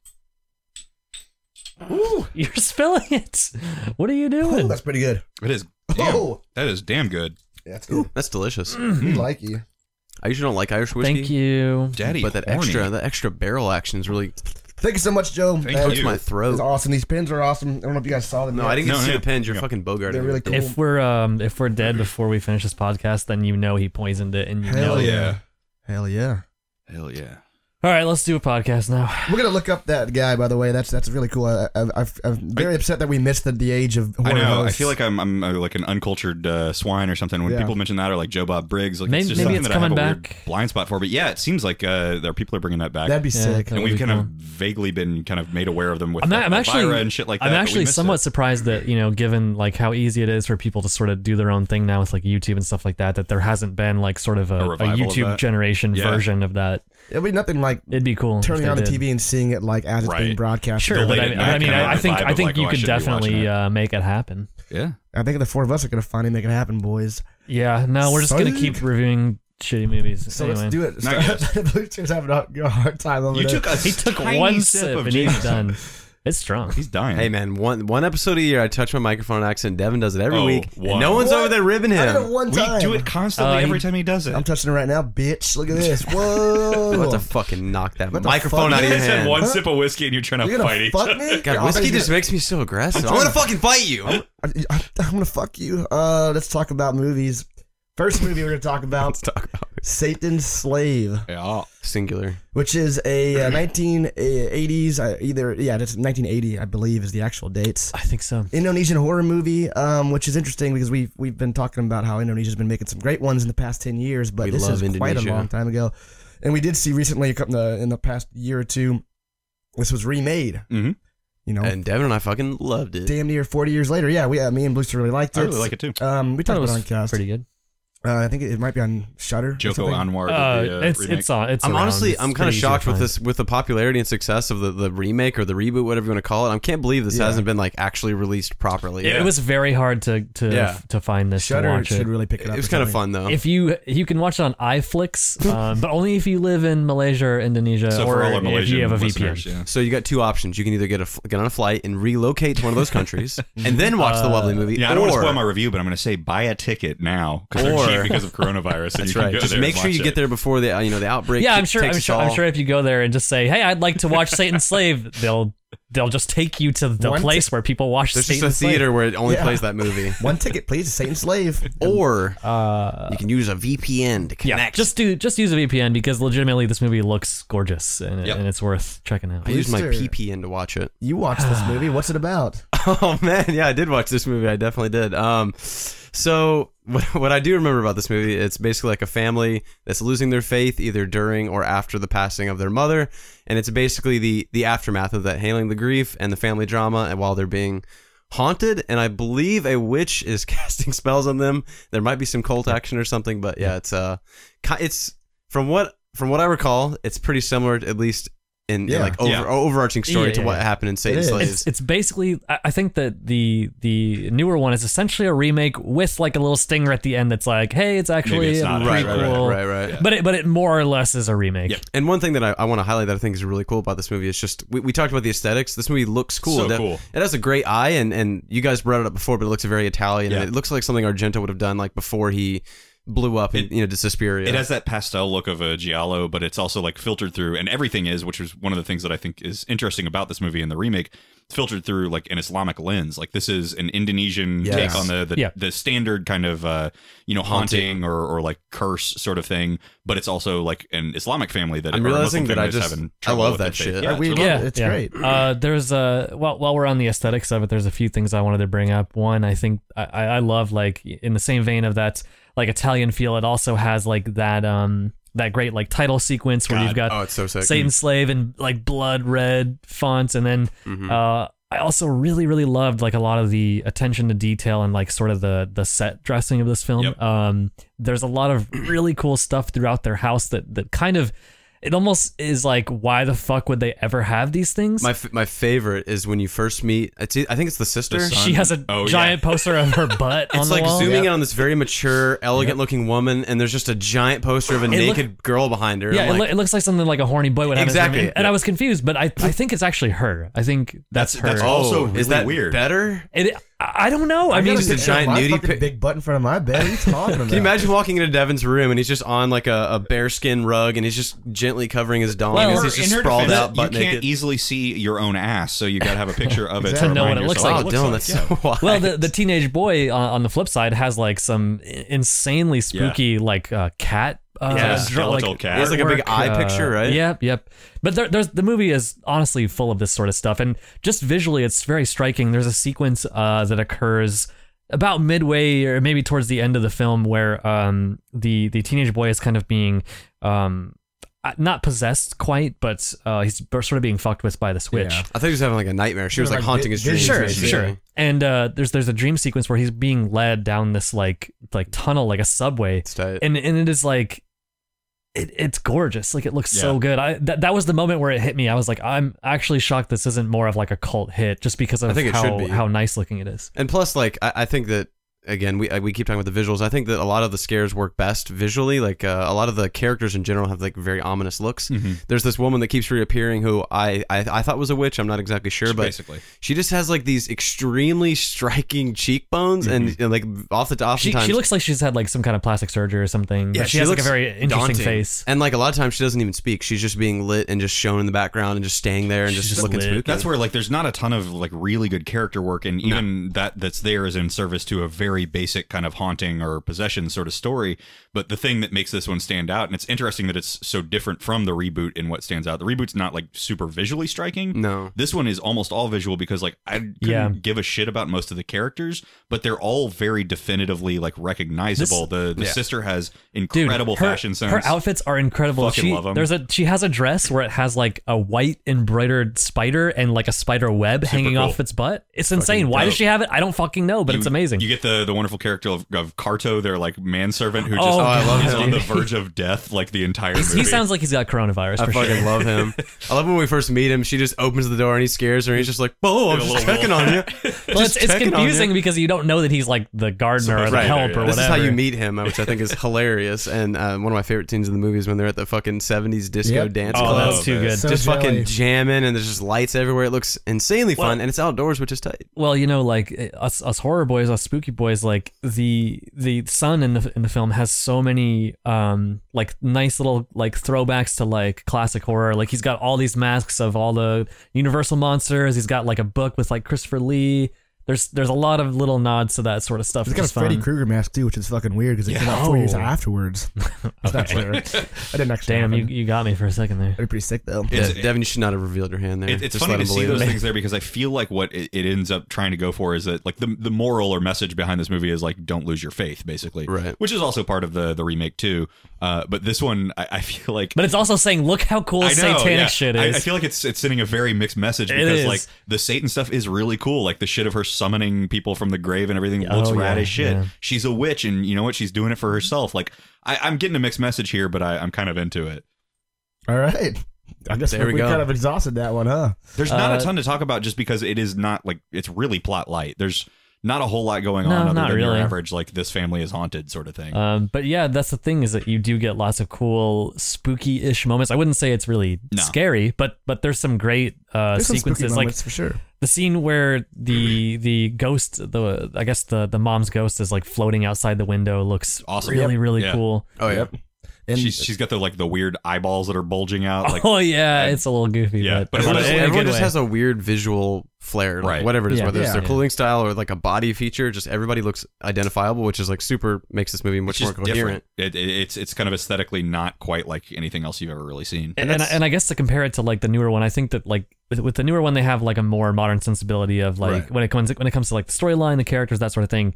Speaker 4: [laughs] You're spilling it. What are you
Speaker 1: Ooh,
Speaker 4: doing?
Speaker 1: that's pretty good.
Speaker 2: It is. Damn,
Speaker 1: Oh.
Speaker 2: that is damn good,
Speaker 1: Yeah, that's good.
Speaker 3: That's delicious.
Speaker 1: We like you.
Speaker 3: I usually don't like Irish whiskey,
Speaker 4: Mm. Thank you.
Speaker 2: Daddy.
Speaker 3: but that
Speaker 2: horny.
Speaker 3: extra, that extra barrel action is really
Speaker 1: Thank you so much, Joe. Uh,
Speaker 2: Thank
Speaker 1: That
Speaker 2: you.
Speaker 3: hurts my
Speaker 1: was
Speaker 3: throat.
Speaker 1: awesome. These pins are awesome. I don't know if you guys saw them.
Speaker 3: No,
Speaker 1: yet.
Speaker 3: I didn't get
Speaker 2: No,
Speaker 3: to see
Speaker 2: yeah.
Speaker 3: the pins. You're
Speaker 2: Yeah.
Speaker 3: fucking bogarting.
Speaker 1: They're really
Speaker 3: everything.
Speaker 1: cool.
Speaker 4: If we're um if we're dead before we finish this podcast, then you know he poisoned it, and you
Speaker 1: Hell
Speaker 4: know.
Speaker 2: Hell yeah.
Speaker 1: Hell yeah.
Speaker 2: Hell yeah.
Speaker 4: All right, let's do a podcast now.
Speaker 1: We're gonna look up that guy. By the way, that's that's really cool. I, I, I, I'm very upset that we missed the, the age of. Horror
Speaker 2: I know. I
Speaker 1: hosts.
Speaker 2: feel like I'm, I'm uh, like an uncultured uh, swine or something. When
Speaker 1: Yeah.
Speaker 2: people mention that, or like Joe Bob Briggs, like
Speaker 4: Maybe-
Speaker 2: it's just
Speaker 4: maybe
Speaker 2: something
Speaker 4: it's
Speaker 2: that I have
Speaker 4: coming
Speaker 2: a weird
Speaker 4: back.
Speaker 2: blind spot for. But yeah, it seems like uh, there are people are bringing that back,
Speaker 1: that'd be
Speaker 4: Yeah,
Speaker 1: sick.
Speaker 4: that
Speaker 2: and
Speaker 4: would
Speaker 2: we've
Speaker 4: be
Speaker 2: kind
Speaker 4: cool.
Speaker 2: of vaguely been kind of made aware of them with
Speaker 4: I'm,
Speaker 2: like,
Speaker 4: not, I'm actually
Speaker 2: Elvira and shit like that.
Speaker 4: I'm
Speaker 2: but we
Speaker 4: actually
Speaker 2: missed
Speaker 4: somewhat
Speaker 2: it.
Speaker 4: surprised that you know, given like how easy it is for people to sort of do their own thing now with like YouTube and stuff like that, that there hasn't been like sort of a, a,
Speaker 2: revival of
Speaker 4: YouTube
Speaker 2: that.
Speaker 4: generation
Speaker 2: Yeah.
Speaker 4: version of that.
Speaker 1: It'd be nothing like
Speaker 4: It'd be cool. if
Speaker 1: turning
Speaker 4: they
Speaker 1: on the
Speaker 4: did.
Speaker 1: TV and seeing it like as it's being
Speaker 2: Right.
Speaker 1: broadcast.
Speaker 4: Sure,
Speaker 2: The
Speaker 4: but I
Speaker 2: late
Speaker 4: mean,
Speaker 2: at
Speaker 4: I,
Speaker 2: night
Speaker 4: mean,
Speaker 2: kind of
Speaker 4: I
Speaker 2: vibe
Speaker 4: think I
Speaker 2: of,
Speaker 4: think
Speaker 2: like,
Speaker 4: you
Speaker 2: oh, I
Speaker 4: could
Speaker 2: should be watching
Speaker 4: definitely
Speaker 2: it.
Speaker 4: uh, make it happen.
Speaker 2: Yeah.
Speaker 1: I think the four of us are gonna finally make it happen, boys.
Speaker 4: Yeah, no, we're just gonna
Speaker 1: Psych.
Speaker 4: keep reviewing shitty movies.
Speaker 1: So
Speaker 4: anyway.
Speaker 1: let's do it.
Speaker 2: Not
Speaker 1: [laughs]
Speaker 2: yet.
Speaker 1: Blue Cheers having a a hard time over
Speaker 2: You
Speaker 1: there.
Speaker 2: took a
Speaker 4: he [laughs] took
Speaker 2: tiny
Speaker 4: one
Speaker 2: sip
Speaker 4: sip
Speaker 2: of
Speaker 4: and he's
Speaker 2: Jameson.
Speaker 4: done. It's strong.
Speaker 2: He's dying.
Speaker 3: Hey man, one one episode a year I touch my microphone on accident. Devin does it every
Speaker 2: Oh,
Speaker 3: week. and
Speaker 2: wow.
Speaker 3: no one's
Speaker 1: What?
Speaker 3: over there ribbing
Speaker 1: I did it
Speaker 3: him.
Speaker 1: one
Speaker 2: we
Speaker 1: time.
Speaker 2: do it constantly
Speaker 4: Uh, he-
Speaker 2: every time he does it.
Speaker 1: I'm touching it right now, bitch. Look at
Speaker 3: [laughs]
Speaker 1: this. Whoa.
Speaker 3: I'm about to fucking knock that
Speaker 1: What the
Speaker 3: microphone
Speaker 1: fuck?
Speaker 3: out of your
Speaker 2: Just had
Speaker 3: hand.
Speaker 2: one sip of whiskey and you're trying
Speaker 1: You're
Speaker 2: to
Speaker 1: gonna
Speaker 2: fight each
Speaker 1: fuck
Speaker 2: other.
Speaker 1: me?
Speaker 3: God,
Speaker 1: Y'all
Speaker 3: whiskey
Speaker 1: think you're
Speaker 3: just makes me so aggressive. I'm gonna fucking fight you. Let's
Speaker 1: I, I, I'm gonna fuck you. Uh, let's talk about movies. First movie we're gonna talk about
Speaker 3: talk about it.
Speaker 1: Satan's Slave,
Speaker 2: Yeah.
Speaker 3: singular.
Speaker 1: which is a uh, 1980s uh, either yeah, that's 1980 I believe is the actual dates.
Speaker 4: I think so.
Speaker 1: Indonesian horror movie, um, which is interesting because we've we've been talking about how Indonesia's been making some great ones in the past ten years, but
Speaker 3: We
Speaker 1: this is
Speaker 3: love
Speaker 1: quite a
Speaker 3: Indonesia.
Speaker 1: long time ago. And we did see recently a couple- uh, in the past year or two, this was remade.
Speaker 2: Mhm.
Speaker 1: You know,
Speaker 3: And Devin and I fucking loved it.
Speaker 1: damn near forty years later. Yeah, we uh, me and Bluester really liked it.
Speaker 2: I really like it too.
Speaker 1: Um, we
Speaker 4: Thought
Speaker 1: talked
Speaker 4: it
Speaker 1: about it
Speaker 4: was
Speaker 1: on cast.
Speaker 4: pretty good.
Speaker 1: Uh, I think it, it might be on Shutter.
Speaker 2: Joko Anwar.
Speaker 4: Uh,
Speaker 2: did the, uh,
Speaker 4: it's
Speaker 2: remake.
Speaker 4: it's on. It's
Speaker 3: I'm
Speaker 4: around.
Speaker 3: honestly,
Speaker 4: It's
Speaker 3: I'm kind
Speaker 4: pretty
Speaker 3: of
Speaker 4: easy to
Speaker 3: shocked with
Speaker 4: find.
Speaker 3: this, with the popularity and success of the, the remake or the reboot, whatever you want to call it. I can't believe this
Speaker 1: Yeah.
Speaker 3: hasn't been like actually released properly.
Speaker 4: It was very hard to to
Speaker 3: Yeah.
Speaker 4: to find this to
Speaker 1: Shutter
Speaker 4: watch
Speaker 1: should
Speaker 4: it.
Speaker 1: really pick it up.
Speaker 3: It was
Speaker 1: or
Speaker 3: kind of
Speaker 1: something.
Speaker 3: fun though.
Speaker 4: If you you can watch it on iFlix, um, but only if you live in Malaysia or Indonesia,
Speaker 2: So
Speaker 4: or
Speaker 2: for all our
Speaker 4: if you
Speaker 2: Malaysian
Speaker 4: have a
Speaker 2: listeners,
Speaker 4: VPN.
Speaker 2: yeah.
Speaker 3: so you got two options. You can either get a fl- get on a flight and relocate to one of those countries, and then watch the lovely movie.
Speaker 2: Yeah, I don't want to
Speaker 3: or-
Speaker 2: spoil my review, but I'm going to say buy a ticket now because
Speaker 3: Or-
Speaker 2: they're cheap because of
Speaker 3: [laughs]
Speaker 2: coronavirus. and you
Speaker 3: That's
Speaker 2: can
Speaker 3: right.
Speaker 2: go
Speaker 3: Just
Speaker 2: there
Speaker 3: make
Speaker 2: and
Speaker 3: sure you
Speaker 2: watch
Speaker 3: get
Speaker 2: it.
Speaker 3: there before the uh, you know the outbreak.
Speaker 4: Yeah, I'm
Speaker 3: t-
Speaker 4: sure.
Speaker 3: takes
Speaker 4: I'm
Speaker 3: us
Speaker 4: sure. I'm
Speaker 3: all.
Speaker 4: sure if you go there and just say, "Hey, I'd like to watch Satan's Slave," they'll they'll just take you to the
Speaker 1: One
Speaker 4: place where people watch
Speaker 3: There's just a
Speaker 4: Satan's
Speaker 3: theater where it only
Speaker 1: Yeah.
Speaker 3: plays
Speaker 2: [laughs]
Speaker 3: that movie.
Speaker 1: One ticket, please. Satan's Slave.
Speaker 3: Or
Speaker 4: Slave. Uh,
Speaker 3: you can use a VPN to
Speaker 4: yeah,
Speaker 3: connect.
Speaker 4: just do just use a VPN because legitimately this movie looks gorgeous and, it
Speaker 2: Yep.
Speaker 4: and it's worth checking out.
Speaker 3: I used my
Speaker 1: Brewster.
Speaker 3: PPN to watch it.
Speaker 1: You watched
Speaker 4: [sighs]
Speaker 1: this movie. What's it about?
Speaker 3: [laughs] Oh man, yeah, I did watch this movie. I definitely did. Um, so [laughs] what, what I do remember about this movie, it's basically like a family that's losing their faith either during or after the passing of their mother, and it's basically the the aftermath of that, hailing the grief and the family drama, and while they're being haunted, and I believe a witch is [laughs] casting spells on them. There might be some cult action or something, but yeah, it's uh, ki- it's from what from what I recall, it's pretty similar, at least in, in
Speaker 1: Yeah.
Speaker 3: like over,
Speaker 2: Yeah.
Speaker 3: overarching story
Speaker 4: Yeah,
Speaker 3: to
Speaker 4: yeah,
Speaker 3: what
Speaker 4: yeah.
Speaker 3: happened in Satan's
Speaker 1: is.
Speaker 3: Slaves.
Speaker 4: It's, it's basically I I think that the the newer one is essentially a remake with like a little stinger at the end that's like, hey, it's actually
Speaker 2: it's
Speaker 4: a
Speaker 2: not.
Speaker 4: prequel.
Speaker 3: right, right, right, right, right.
Speaker 4: But it but it more or less is a remake.
Speaker 2: Yep.
Speaker 3: And one thing that I, I want to highlight that I think is really cool about this movie is just we, we talked about the aesthetics. This movie looks cool.
Speaker 2: So
Speaker 3: That-
Speaker 2: cool.
Speaker 3: It has a great eye, and and you guys brought it up before, but it looks very Italian.
Speaker 2: Yeah.
Speaker 3: And it looks like something Argento would have done like before he blew up and
Speaker 2: It-
Speaker 3: you know did Suspiria.
Speaker 2: It has that pastel look of a giallo, but it's also like filtered through, and everything is, which is one of the things that I think is interesting about this movie and the remake, filtered through like an Islamic lens. Like this is an Indonesian
Speaker 3: Yes.
Speaker 2: take on the the,
Speaker 4: Yeah.
Speaker 2: the standard kind of uh, you know haunting, or or like curse sort of thing, but it's also like an Islamic family that
Speaker 3: I'm
Speaker 2: or a Muslim
Speaker 3: realizing that
Speaker 2: family
Speaker 3: I
Speaker 2: that's
Speaker 3: just-
Speaker 2: having
Speaker 3: I
Speaker 2: trouble
Speaker 3: love
Speaker 2: with
Speaker 3: that
Speaker 2: their faith.
Speaker 3: shit.
Speaker 2: Yeah,
Speaker 1: we
Speaker 2: it's
Speaker 1: love
Speaker 2: really-
Speaker 4: Yeah,
Speaker 1: it. It's
Speaker 4: yeah.
Speaker 1: great.
Speaker 4: Uh, there's a well, while we're on the aesthetics of it, there's a few things I wanted to bring up. One, I think I, I I love like in the same vein of that like Italian feel. It also has like that um that great like title sequence where
Speaker 2: God.
Speaker 4: you've got
Speaker 3: oh, it's so sick.
Speaker 4: Satan Slave in like blood red fonts, and then
Speaker 3: Mhm.
Speaker 4: uh, I also really really loved like a lot of the attention to detail and like sort of the the set dressing of this film.
Speaker 2: Yep.
Speaker 4: Um, there's a lot of really cool stuff throughout their house that that kind of it almost is like why the fuck would they ever have these things?
Speaker 3: my f- my favorite is when you first meet. It's, I think it's the sister.
Speaker 2: The
Speaker 4: [laughs] she has a
Speaker 2: Oh, yeah.
Speaker 4: giant poster
Speaker 3: [laughs]
Speaker 4: of her butt on
Speaker 3: It's
Speaker 4: the
Speaker 3: like
Speaker 4: wall.
Speaker 3: zooming in on this very mature, elegant-looking woman, and there's just a giant poster of a
Speaker 4: look-
Speaker 3: naked girl behind her.
Speaker 4: Yeah,
Speaker 3: I'm
Speaker 4: it,
Speaker 3: like,
Speaker 4: loo- it looks like something like a horny boy would have. in his
Speaker 3: Exactly,
Speaker 4: room. And
Speaker 3: yeah.
Speaker 4: I was confused, but I, I think it's actually her. I think that's, her.
Speaker 2: that's all- also
Speaker 3: oh,
Speaker 2: really
Speaker 3: is that
Speaker 2: weird.
Speaker 3: better?
Speaker 4: It, I I don't know. I,
Speaker 3: I
Speaker 4: mean,
Speaker 3: gotta Just a
Speaker 1: Picture
Speaker 3: giant
Speaker 1: my
Speaker 3: nudie
Speaker 1: fucking
Speaker 3: pic-
Speaker 1: big butt in front of my bed. What are you talking about?
Speaker 3: Can you imagine walking into Devin's room and he's just on like a, a bearskin rug and he's just gently covering his dong
Speaker 4: Well,
Speaker 3: as
Speaker 2: Or
Speaker 3: he's just
Speaker 2: in her
Speaker 3: sprawled
Speaker 2: defense,
Speaker 3: out butt
Speaker 2: you
Speaker 3: naked.
Speaker 2: can't easily see your own ass, so you
Speaker 4: [laughs]
Speaker 2: gotta have a picture of it
Speaker 1: Exactly.
Speaker 2: to
Speaker 1: To know
Speaker 2: remind
Speaker 4: what it looks
Speaker 2: yourself.
Speaker 3: wow,
Speaker 4: like.
Speaker 3: Oh, Dylan, that's so [laughs] wild.
Speaker 4: Well, the, the teenage boy uh, on, on the flip side has like some i- insanely spooky like uh, cat. Uh,
Speaker 2: Yeah,
Speaker 3: [laughs]
Speaker 4: draw-
Speaker 2: skeletal
Speaker 4: like,
Speaker 2: cat.
Speaker 3: He has, like, a big
Speaker 4: artwork, uh,
Speaker 3: eye picture, right?
Speaker 4: Yep, yep. But there, there's the movie is honestly full of this sort of stuff, and just visually, it's very striking. There's a sequence uh, that occurs about midway or maybe towards the end of the film where um, the the teenage boy is kind of being um, uh, not possessed quite, but uh, he's sort of being fucked with by this witch.
Speaker 1: Yeah.
Speaker 3: I thought he was having like a nightmare. She was like
Speaker 1: Like, vi-
Speaker 3: haunting his dreams.
Speaker 1: Sure,
Speaker 3: or something.
Speaker 1: sure.
Speaker 4: And uh, there's there's a dream sequence where he's being led down this like like tunnel like a subway,
Speaker 3: It's tight.
Speaker 4: and and it is like, it, it's gorgeous. Like it looks so
Speaker 2: Yeah.
Speaker 4: good. I that that was the moment where it hit me. I was like, I'm actually shocked this isn't more of like a cult hit just because of
Speaker 3: I think it
Speaker 4: how
Speaker 3: should be.
Speaker 4: how nice looking it is.
Speaker 3: And plus, like, I, I think that again, we uh, we keep talking about the visuals. I think that a lot of the scares work best visually. Like, uh, a lot of the characters in general have like very ominous looks.
Speaker 4: Mm-hmm.
Speaker 2: Mhm.
Speaker 3: There's this woman that keeps reappearing who I I, I thought was a witch. I'm not exactly sure, but
Speaker 2: Basically,
Speaker 3: she just has like these extremely striking cheekbones and, and like off the
Speaker 4: She,
Speaker 3: oftentimes
Speaker 4: Mm-hmm. she looks like she's had like some kind of plastic surgery or something.
Speaker 3: Yeah,
Speaker 4: but
Speaker 3: she
Speaker 4: she, has like a
Speaker 3: looks
Speaker 4: very interesting
Speaker 3: daunting.
Speaker 4: face.
Speaker 3: And like a lot of times she doesn't even speak. She's just being lit and just shown in the background and just staying there and
Speaker 4: She's
Speaker 3: just,
Speaker 4: just
Speaker 3: looking
Speaker 4: lit.
Speaker 3: spooky.
Speaker 2: that's where like there's not a ton of like really good character work, and even that that's there is in service to a very basic kind of haunting or possession sort of story. But the thing that makes this one stand out, and it's interesting that it's so different from the reboot in what stands out. The reboot's not like super visually striking.
Speaker 3: No.
Speaker 2: This one is almost all visual because like I couldn't
Speaker 4: Yeah.
Speaker 2: give a shit about most of the characters, but they're all very definitively like recognizable. the the
Speaker 3: yeah.
Speaker 2: sister has
Speaker 4: Dude,
Speaker 2: incredible
Speaker 4: her,
Speaker 2: fashion sense.
Speaker 4: Her outfits are incredible.
Speaker 2: Fucking
Speaker 4: she,
Speaker 2: love 'em.
Speaker 4: There's a she has a dress where it has like a white embroidered spider and like a spider web hanging
Speaker 2: cool.
Speaker 4: off its butt. It's insane. Why does
Speaker 2: dope.
Speaker 4: she have it? I don't fucking know, but
Speaker 2: You-
Speaker 4: it's amazing.
Speaker 2: You get the the wonderful character of, of Carto, their like manservant who just
Speaker 4: Oh, Oh, I love
Speaker 2: is
Speaker 4: him.
Speaker 2: on
Speaker 4: [laughs]
Speaker 2: the verge of death like the entire movie.
Speaker 4: He sounds like he's got coronavirus
Speaker 3: I
Speaker 4: for sure.
Speaker 3: fucking love him. I love when we first meet him. She just opens the door and he scares her. And he's just like, "Oh, I'm
Speaker 2: Yeah, a
Speaker 3: just
Speaker 2: little
Speaker 3: checking on you."
Speaker 2: [laughs]
Speaker 4: Well, it's, it's
Speaker 3: checking on you.
Speaker 4: confusing because you don't know that he's like the gardener or the
Speaker 2: Right,
Speaker 4: help
Speaker 2: yeah.
Speaker 4: or
Speaker 3: This is
Speaker 4: whatever.
Speaker 3: how you meet him, which I think is hilarious. And uh, one of my favorite scenes in the movie is when they're at the fucking '70s disco
Speaker 1: Yep.
Speaker 3: dance
Speaker 2: Oh,
Speaker 4: Oh,
Speaker 3: club.
Speaker 4: that's too good.
Speaker 1: So
Speaker 3: just
Speaker 1: jelly.
Speaker 3: fucking jamming, and there's just lights everywhere. It looks insanely fun,
Speaker 4: Well-
Speaker 3: and it's outdoors, which is tight.
Speaker 4: well, you know, like eh, us, us horror boys, us spooky boys, like the the son in the in the film has so many um like nice little like throwbacks to like classic horror. Like he's got all these masks of all the Universal monsters. He's got like a book with like Christopher Lee. There's there's a lot of little nods to that sort of stuff.
Speaker 1: It's
Speaker 4: which
Speaker 1: got a
Speaker 4: is fun.
Speaker 1: Freddy Krueger mask too, which is fucking weird because it came out four
Speaker 4: Oh.
Speaker 1: years afterwards. It's not fair. I didn't actually.
Speaker 4: Damn, you,
Speaker 1: happen.
Speaker 4: you got me for a second there.
Speaker 1: That'd be pretty sick though.
Speaker 2: It's-
Speaker 3: Yeah, Devin, you should not have revealed your hand there.
Speaker 2: It- it's
Speaker 3: Just
Speaker 2: funny
Speaker 3: let
Speaker 2: to
Speaker 3: him
Speaker 2: see
Speaker 3: believe
Speaker 2: those
Speaker 3: it.
Speaker 2: things there because I feel like what it, it ends up trying to go for is that like the the moral or message behind this movie is like don't lose your faith basically,
Speaker 3: Right.
Speaker 2: Which is also part of the the remake too. Uh, but this one I, I feel like
Speaker 4: But it's also saying, look how cool
Speaker 2: I know,
Speaker 4: satanic
Speaker 2: yeah.
Speaker 4: shit
Speaker 2: I-
Speaker 4: is.
Speaker 2: I, feel like it's it's sending a very mixed message
Speaker 4: It
Speaker 2: because
Speaker 4: is.
Speaker 2: like the Satan stuff is really cool. Like the shit of her summoning people from the grave and everything looks
Speaker 4: Oh,
Speaker 2: rad
Speaker 4: yeah,
Speaker 2: as shit.
Speaker 4: yeah.
Speaker 2: She's a witch, and you know what? She's doing it for herself. Like I, I'm getting a mixed message here, but I, I'm kind of into it.
Speaker 1: All right. I guess
Speaker 3: There we
Speaker 1: we
Speaker 3: go.
Speaker 1: kind of exhausted that one, huh?
Speaker 2: There's not
Speaker 4: Uh,
Speaker 2: a ton to talk about just because it is not like it's really plot light. There's not a whole lot going
Speaker 4: No,
Speaker 2: on other
Speaker 4: not
Speaker 2: than
Speaker 4: really.
Speaker 2: your average like this family is haunted sort of thing.
Speaker 4: Um, but yeah, that's the thing is that you do get lots of cool spooky-ish moments. I wouldn't say it's really
Speaker 2: No.
Speaker 4: scary, but but there's some great uh,
Speaker 1: There's some spooky
Speaker 4: sequences, like
Speaker 1: moments for sure.
Speaker 4: the scene where
Speaker 2: [clears throat]
Speaker 4: the the ghost, the I guess the the mom's ghost is like floating outside the window. Looks
Speaker 2: Awesome.
Speaker 4: really
Speaker 2: Yep.
Speaker 4: really
Speaker 2: Yeah.
Speaker 4: cool.
Speaker 3: Oh yeah.
Speaker 1: And
Speaker 2: she's she's got the like the weird eyeballs that are bulging
Speaker 4: [laughs]
Speaker 2: out. Like
Speaker 4: oh yeah,
Speaker 2: I-
Speaker 4: it's a little goofy,
Speaker 2: Yeah,
Speaker 4: but,
Speaker 2: but
Speaker 4: but
Speaker 3: Everyone, just,
Speaker 4: in a
Speaker 3: everyone
Speaker 4: good
Speaker 3: just
Speaker 4: way.
Speaker 3: has a weird visual flair, like
Speaker 2: Right.
Speaker 3: whatever it is,
Speaker 4: Yeah.
Speaker 3: whether it's
Speaker 1: Yeah.
Speaker 3: their
Speaker 1: Yeah.
Speaker 3: clothing style or like a body feature. Just everybody looks identifiable, which is like super makes this movie
Speaker 2: it's
Speaker 3: much more
Speaker 2: just
Speaker 3: coherent.
Speaker 2: different. It, it, it's it's kind of aesthetically not quite like anything else you've ever really seen.
Speaker 4: and and I, and I guess to compare it to like the newer one, I think that like with, with the newer one they have like a more modern sensibility of like
Speaker 2: Right.
Speaker 4: when it comes when it comes to like the storyline, the characters, that sort of thing.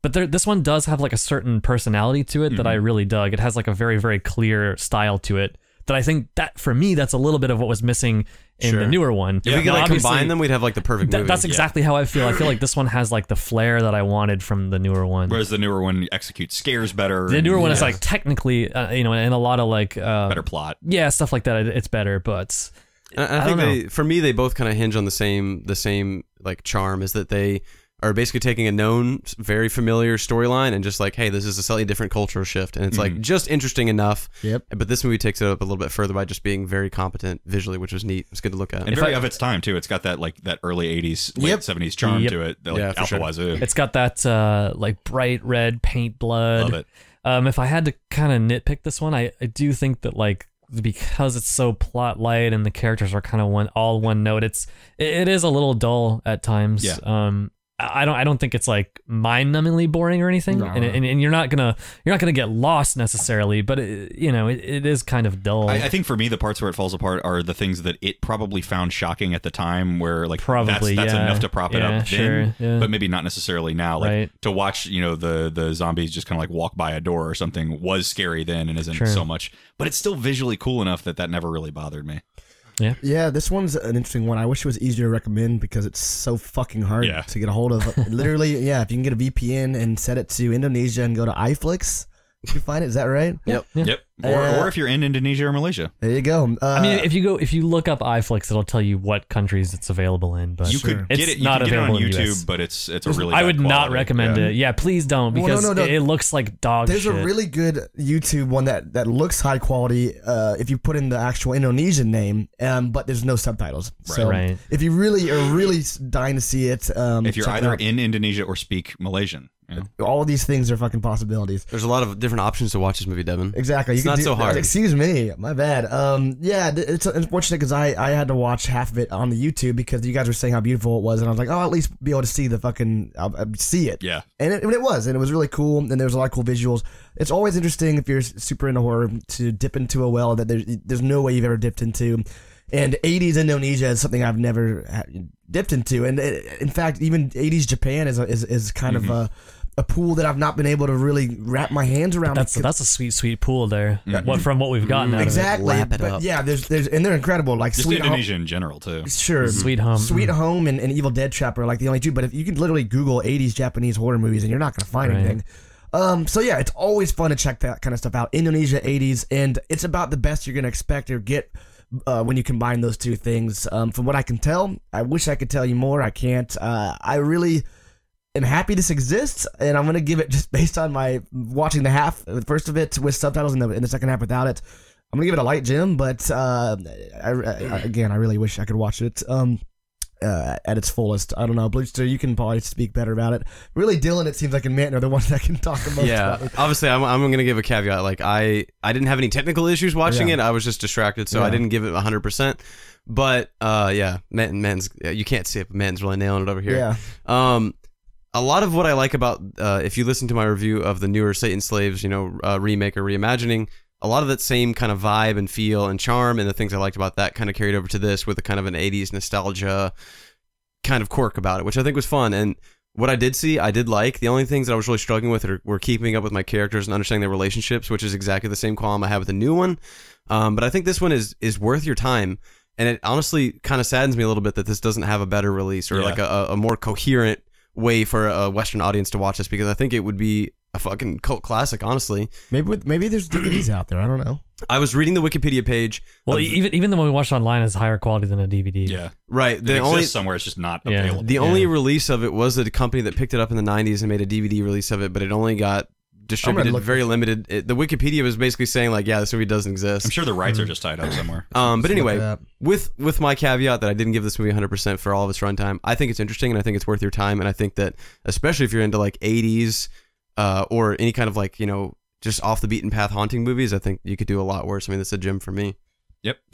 Speaker 4: But there, this one does have like a certain personality to it that
Speaker 3: Mm-hmm.
Speaker 4: I really dug. It has like a very very clear style to it that I think that for me that's a little bit of what was missing in the
Speaker 3: Sure.
Speaker 4: newer one.
Speaker 3: If we could
Speaker 4: Now,
Speaker 3: like
Speaker 4: obviously,
Speaker 3: combine them, we'd have like the perfect
Speaker 4: tha-
Speaker 3: movie.
Speaker 4: that's exactly how I feel. I feel like this one has like the flair that I wanted from the newer one.
Speaker 2: Whereas the newer one executes scares better.
Speaker 4: the newer
Speaker 2: and
Speaker 4: one is
Speaker 2: has
Speaker 4: like technically, uh, you know, and a lot of like, uh,
Speaker 2: better plot.
Speaker 4: yeah, stuff like that. It, it's better, but
Speaker 3: And I,
Speaker 4: I
Speaker 3: think
Speaker 4: don't know.
Speaker 3: they, for me, they both kind of hinge on the same the same like charm is that they are basically taking a known, very familiar storyline and just like, hey, this is a slightly different cultural shift, and it's like
Speaker 4: Mm-hmm.
Speaker 3: just interesting enough.
Speaker 1: Yep.
Speaker 3: But this movie takes it up a little bit further by just being very competent visually, which was neat. It's good to look at.
Speaker 2: And very of its time too. It's got that like that early '80s, late
Speaker 1: Yep.
Speaker 2: '70s charm
Speaker 4: Yep.
Speaker 2: to it. Like,
Speaker 3: Yeah, for
Speaker 2: out the
Speaker 3: sure.
Speaker 2: wazoo.
Speaker 4: It's got that uh, like bright red paint blood.
Speaker 2: Love it.
Speaker 4: Um, if I had to kind of nitpick this one, I, I do think that like because it's so plot light and the characters are kind of one all one note, it's it, it is a little dull at times.
Speaker 2: Yeah.
Speaker 4: Um, I I don't I don't think it's like mind numbingly boring or anything,
Speaker 1: No.
Speaker 4: and, and and you're not gonna you're not gonna get lost necessarily, but it, you know it, it is kind of dull.
Speaker 2: I, I think for me, the parts where it falls apart are the things that it probably found shocking at the time, where like
Speaker 4: Probably,
Speaker 2: that's, that's
Speaker 4: yeah.
Speaker 2: enough to prop it
Speaker 4: Yeah,
Speaker 2: up
Speaker 4: sure,
Speaker 2: then,
Speaker 4: yeah.
Speaker 2: but maybe not necessarily now. Like
Speaker 4: Right.
Speaker 2: to watch, you know, the the zombies just kind of like walk by a door or something was scary then and isn't
Speaker 4: Sure.
Speaker 2: so much, but it's still visually cool enough that that never really bothered me.
Speaker 1: Yeah, this one's an interesting one. I wish it was easier to recommend because it's so fucking hard
Speaker 2: Yeah.
Speaker 1: to get a hold of. Literally, yeah, if you can get a VPN and set it to Indonesia and go to iFlix, you find it. Is that right?
Speaker 3: Yep.
Speaker 2: Yep. Or,
Speaker 1: Uh,
Speaker 2: or if you're in Indonesia or Malaysia,
Speaker 1: There you go. Uh,
Speaker 4: I mean, if you go if you look up iFlix, it'll tell you what countries it's available in. But
Speaker 2: you
Speaker 1: Sure.
Speaker 2: could get
Speaker 4: It's
Speaker 2: it. You
Speaker 4: not
Speaker 2: could get it on
Speaker 4: available in the
Speaker 2: YouTube,
Speaker 4: US.
Speaker 2: but it's it's a [laughs] really.
Speaker 4: I
Speaker 2: bad
Speaker 4: would not
Speaker 2: quality.
Speaker 4: recommend
Speaker 2: Yeah.
Speaker 4: it. Yeah, please don't
Speaker 1: Well, no,
Speaker 4: because
Speaker 1: no, no.
Speaker 4: it- it looks like dog
Speaker 1: There's
Speaker 4: shit.
Speaker 1: a really good YouTube one that, that looks high quality uh, if you put in the actual Indonesian name, um, but there's no subtitles. So
Speaker 4: Right.
Speaker 1: if you really are really s- dying to see it, um,
Speaker 2: If you're
Speaker 1: check it
Speaker 2: either
Speaker 1: out.
Speaker 2: in Indonesia or speak Malaysian, you know?
Speaker 1: all of these things are fucking possibilities.
Speaker 3: There's a lot of different options to watch this movie, Devin.
Speaker 1: Exactly.
Speaker 3: It's
Speaker 1: can
Speaker 3: not so hard.
Speaker 1: Excuse me. My bad. Um, yeah, th- it's unfortunate because I, I had to watch half of it on the YouTube because you guys were saying how beautiful it was, and I was like, oh, I'll at least be able to see the fucking I'll, I'll see it.
Speaker 2: yeah.
Speaker 1: And it, and it was, and it was really cool, and there was a lot of cool visuals. It's always interesting if you're s- super into horror to dip into a well that there's, there's no way you've ever dipped into. And 80s Indonesia is something I've eh, never ha- dipped into, and it, in fact, even 80s Japan is a, is, is kind of a a pool that I've not been able to really wrap my hands around.
Speaker 4: That's that's a sweet sweet pool there. What from what we've gotten out of it.
Speaker 1: exactly.
Speaker 3: Wrap it
Speaker 1: but
Speaker 3: up.
Speaker 1: yeah, there's there's and they're incredible. Like
Speaker 2: Just
Speaker 1: sweet home,
Speaker 2: Indonesia in general too.
Speaker 1: sure.
Speaker 4: Sweet
Speaker 2: Mm-hmm.
Speaker 4: Home.
Speaker 1: Sweet Home and, and Evil Dead Trap are like the only two, but if you can literally Google 80s Japanese horror movies and you're not going to find
Speaker 4: Right.
Speaker 1: anything. Um, so yeah, it's always fun to check that kind of stuff out. Indonesia 80s, and it's about the best you're going to expect or get uh, when you combine those two things. Um, from what I can tell, I wish I could tell you more. I can't. Uh, I really am happy this exists, and I'm going to give it just based on my watching the half, the first of it with subtitles, and the, and the second half without it. I'm gonna give it a light, Jim, but uh, I, I, again, I really wish I could watch it. Um, uh, at its fullest. I don't know, Bluester, you can probably speak better about it. Really, Dylan, it seems like and Manton are the ones that can talk the most
Speaker 3: yeah
Speaker 1: about it.
Speaker 3: obviously I'm, I'm gonna give a caveat like i i didn't have any technical issues watching
Speaker 1: Yeah.
Speaker 3: it i was just distracted so i
Speaker 1: Yeah.
Speaker 3: didn't give it 100% but uh yeah man man's you can't see it but man's really nailing it over here
Speaker 1: Yeah,
Speaker 3: um a lot of what i like about uh if you listen to my review of the newer satan slaves you know uh, remake or reimagining a lot of that same kind of vibe and feel and charm and the things i liked about that kind of carried over to this with a kind of an 80s nostalgia kind of quirk about it, which I think was fun. And what I did see, I did like. The only things that I was really struggling with are, were keeping up with my characters and understanding their relationships, which is exactly the same qualm I have with the new one. Um, but I think this one is is worth your time. And it honestly kind of saddens me a little bit that this doesn't have a better release or
Speaker 2: Yeah.
Speaker 3: like a- a, a more coherent way for a Western audience to watch this because I think it would be a fucking cult classic, honestly.
Speaker 1: maybe with, maybe there's DVDs out there. I don't know.
Speaker 3: I was reading the Wikipedia page.
Speaker 4: Well,
Speaker 3: of-
Speaker 4: e- even even the one we watched online is higher quality than a DVD.
Speaker 2: Yeah,
Speaker 3: right.
Speaker 2: it
Speaker 3: The
Speaker 2: exists
Speaker 3: only
Speaker 2: somewhere. It's just not
Speaker 4: Yeah.
Speaker 2: available.
Speaker 3: The only release of it was a company that picked it up in the 90s and made a DVD release of it, but it only got distributed
Speaker 1: look
Speaker 3: very limited. It, the Wikipedia was basically saying like, yeah, this movie doesn't
Speaker 2: I'm
Speaker 3: exist.
Speaker 2: sure the rights are just tied up
Speaker 3: [laughs]
Speaker 2: somewhere.
Speaker 3: Um, but
Speaker 1: Look it
Speaker 3: anyway,
Speaker 1: up.
Speaker 3: with with my caveat that I didn't give this movie 100% for all of its runtime, I think it's interesting and I think it's worth your time and I think that especially if you're into like 80s uh, or any kind of like, you know, just off the beaten path haunting movies, I think you could do a lot worse. I mean, that's a gem for me.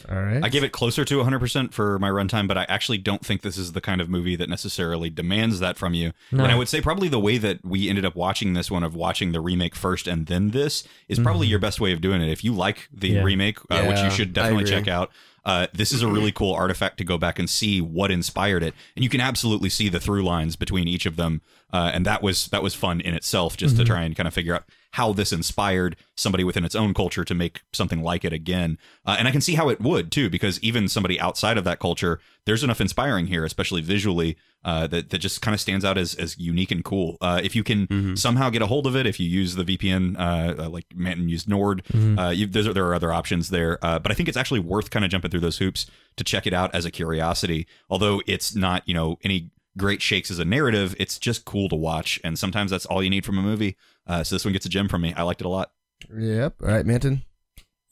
Speaker 1: all right.
Speaker 2: I give it closer to 100% for my runtime, but I actually don't think this is the kind of movie that necessarily demands that from you.
Speaker 4: No.
Speaker 2: And I would say probably the way that we ended up watching this one of watching the remake first and then this is probably your best way of doing it. If you like the
Speaker 4: Mm-hmm. Yeah.
Speaker 2: remake, uh, which
Speaker 3: Yeah,
Speaker 2: you should
Speaker 3: I
Speaker 2: definitely
Speaker 3: agree.
Speaker 2: check out, uh, this is a
Speaker 3: [clears throat]
Speaker 2: really cool artifact to go back and see what inspired it. And you can absolutely see the through lines between each of them. Uh, and that was that was fun in itself just to try and kind of figure out how this inspired somebody within its own culture to make something like it again. Uh, and I can see how it would too, because even somebody outside of that culture, there's enough inspiring here, especially visually, uh, that that just kind of stands out as as unique and cool. Uh, if you can somehow get a hold of it, if you use the VPN, uh, uh, like Manton used Nord, uh, you, there's, there are other options there. Uh, but I think it's actually worth kind of jumping through those hoops to check it out as a curiosity. Although it's not, you know, any great shakes as a narrative, it's just cool to watch, and sometimes that's all you need from a movie. Uh, so this one gets a gem from me. I liked it a lot.
Speaker 1: Yep. All right, Manton.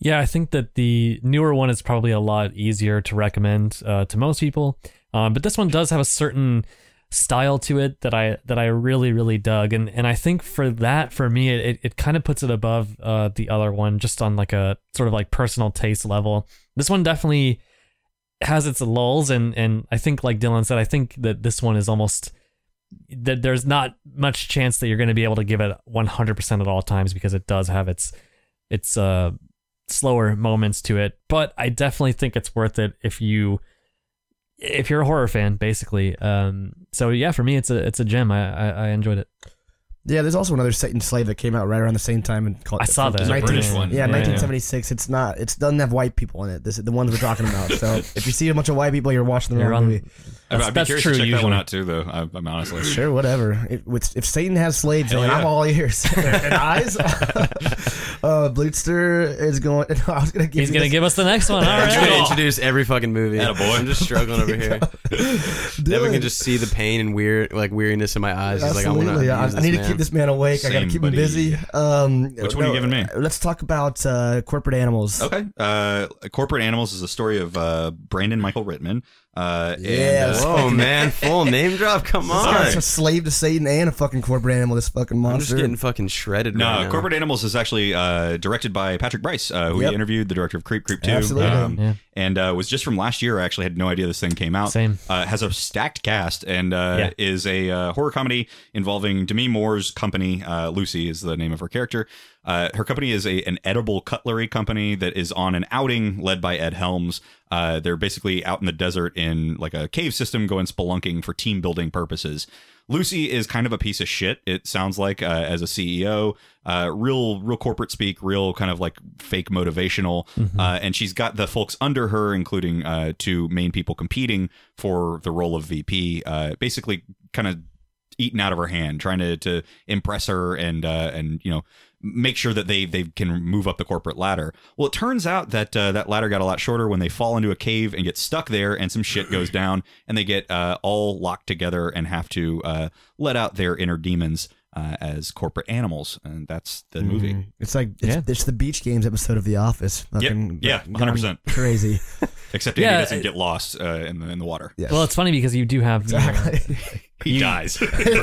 Speaker 4: Yeah, I think that the newer one is probably a lot easier to recommend uh, to most people, um, but this one does have a certain style to it that I that I really really dug, and and I think for that for me it it, it kind of puts it above uh, the other one just on like a sort of like personal taste level. This one definitely has its lulls, and and I think like Dylan said, I think that this one is almost that there's not much chance that you're going to be able to give it 100% at all times because it does have its its uh slower moments to it, but I definitely think it's worth it if you if you're a horror fan, basically. Um, so yeah, for me, it's a it's a gem. I I, I enjoyed it.
Speaker 1: Yeah, there's also another Satan Slave that came out right around the same time and called.
Speaker 4: I saw that.
Speaker 2: There's a British one.
Speaker 1: Yeah,
Speaker 2: Yeah,
Speaker 1: 1976. It's not. It doesn't have white people in it. This is the ones we're talking about.
Speaker 2: [laughs]
Speaker 1: So if you see a bunch of white people, you're watching the
Speaker 4: You're
Speaker 1: wrong
Speaker 4: on-
Speaker 1: movie.
Speaker 2: I'd-
Speaker 4: That's-
Speaker 2: I'd be
Speaker 4: that's
Speaker 2: curious
Speaker 4: true,
Speaker 2: to check that one
Speaker 4: usually.
Speaker 2: out too, though. I, I'm honestly
Speaker 1: Sure, whatever. If, with- if Satan has slaves,
Speaker 2: Hell
Speaker 1: and I'm
Speaker 2: yeah.
Speaker 1: all ears [laughs]
Speaker 2: [laughs]
Speaker 1: and eyes. uh, Blutster is going. [laughs] I was gonna give.
Speaker 4: He's
Speaker 1: you
Speaker 4: gonna
Speaker 1: this-
Speaker 4: give us the next
Speaker 1: [laughs]
Speaker 4: one. All
Speaker 3: I'm
Speaker 4: right.
Speaker 3: trying to introduce every fucking movie.
Speaker 2: Attaboy.
Speaker 3: I'm just struggling
Speaker 2: [laughs]
Speaker 3: over here. Devin
Speaker 1: Dylan.
Speaker 3: can just see the pain and weird, like weariness in my eyes. He's like, I want
Speaker 1: Absolutely. I, I need to keep
Speaker 3: [laughs]
Speaker 1: this man awake. I got to
Speaker 2: Same,
Speaker 1: keep
Speaker 2: buddy.
Speaker 1: him busy. Um,
Speaker 2: Which one are you giving me?
Speaker 1: Let's talk about uh, corporate animals.
Speaker 3: Oh,
Speaker 2: Okay. Uh, Corporate Animals is a story of uh, Brandon Michael Rittman. Uh,
Speaker 1: Yeah,
Speaker 2: And, uh,
Speaker 3: Whoa,
Speaker 1: [laughs]
Speaker 3: Oh, man! Full name drop. Come
Speaker 1: This guy's
Speaker 3: on.
Speaker 1: a slave to Satan and a fucking corporate animal. This fucking
Speaker 3: I'm just
Speaker 1: monster.
Speaker 3: getting fucking shredded.
Speaker 2: no,
Speaker 3: right now.
Speaker 2: Corporate Animals is actually uh, directed by Patrick Bryce, uh, who
Speaker 1: Yep.
Speaker 2: we interviewed, the director of Creep Creep 2.
Speaker 1: Absolutely.
Speaker 4: Yeah.
Speaker 2: And uh, was just from last year. I actually had no idea this thing came out.
Speaker 4: Same.
Speaker 2: Uh, has a stacked cast and uh,
Speaker 4: Yeah.
Speaker 2: is a uh, horror comedy involving Demi Moore's company. Uh, Lucy is the name of her character. Uh, her company is a an edible cutlery company that is on an outing led by Ed Helms, Uh, they're basically out in the desert in like a cave system going spelunking for team building purposes. Lucy is kind of a piece of shit. It sounds like uh, as a CEO, uh, real, real corporate speak, real kind of like fake motivational. Uh, and she's got the folks under her, including uh, two main people competing for the role of VP, uh, basically kind of eaten out of her hand, trying to, to impress her and uh, and you know make sure that they they can move up the corporate ladder. Well, it turns out that uh, that ladder got a lot shorter when they fall into a cave and get stuck there, and some shit goes down, [clears throat] and they get uh, all locked together and have to uh, let out their inner demons uh, as corporate animals, and that's the
Speaker 4: Mm-hmm.
Speaker 2: movie.
Speaker 1: Mm-hmm. It's like it's,
Speaker 4: Yeah.
Speaker 1: it's the beach games episode of The Office. Fucking-
Speaker 2: yeah, 100%.
Speaker 1: gone Crazy.
Speaker 2: Except Andy
Speaker 4: Yeah,
Speaker 2: doesn't
Speaker 4: it-
Speaker 2: get lost uh, in the in the water;
Speaker 1: Yes. [laughs]
Speaker 4: Well, it's funny because you do have you know,
Speaker 1: exactly.
Speaker 2: he dies.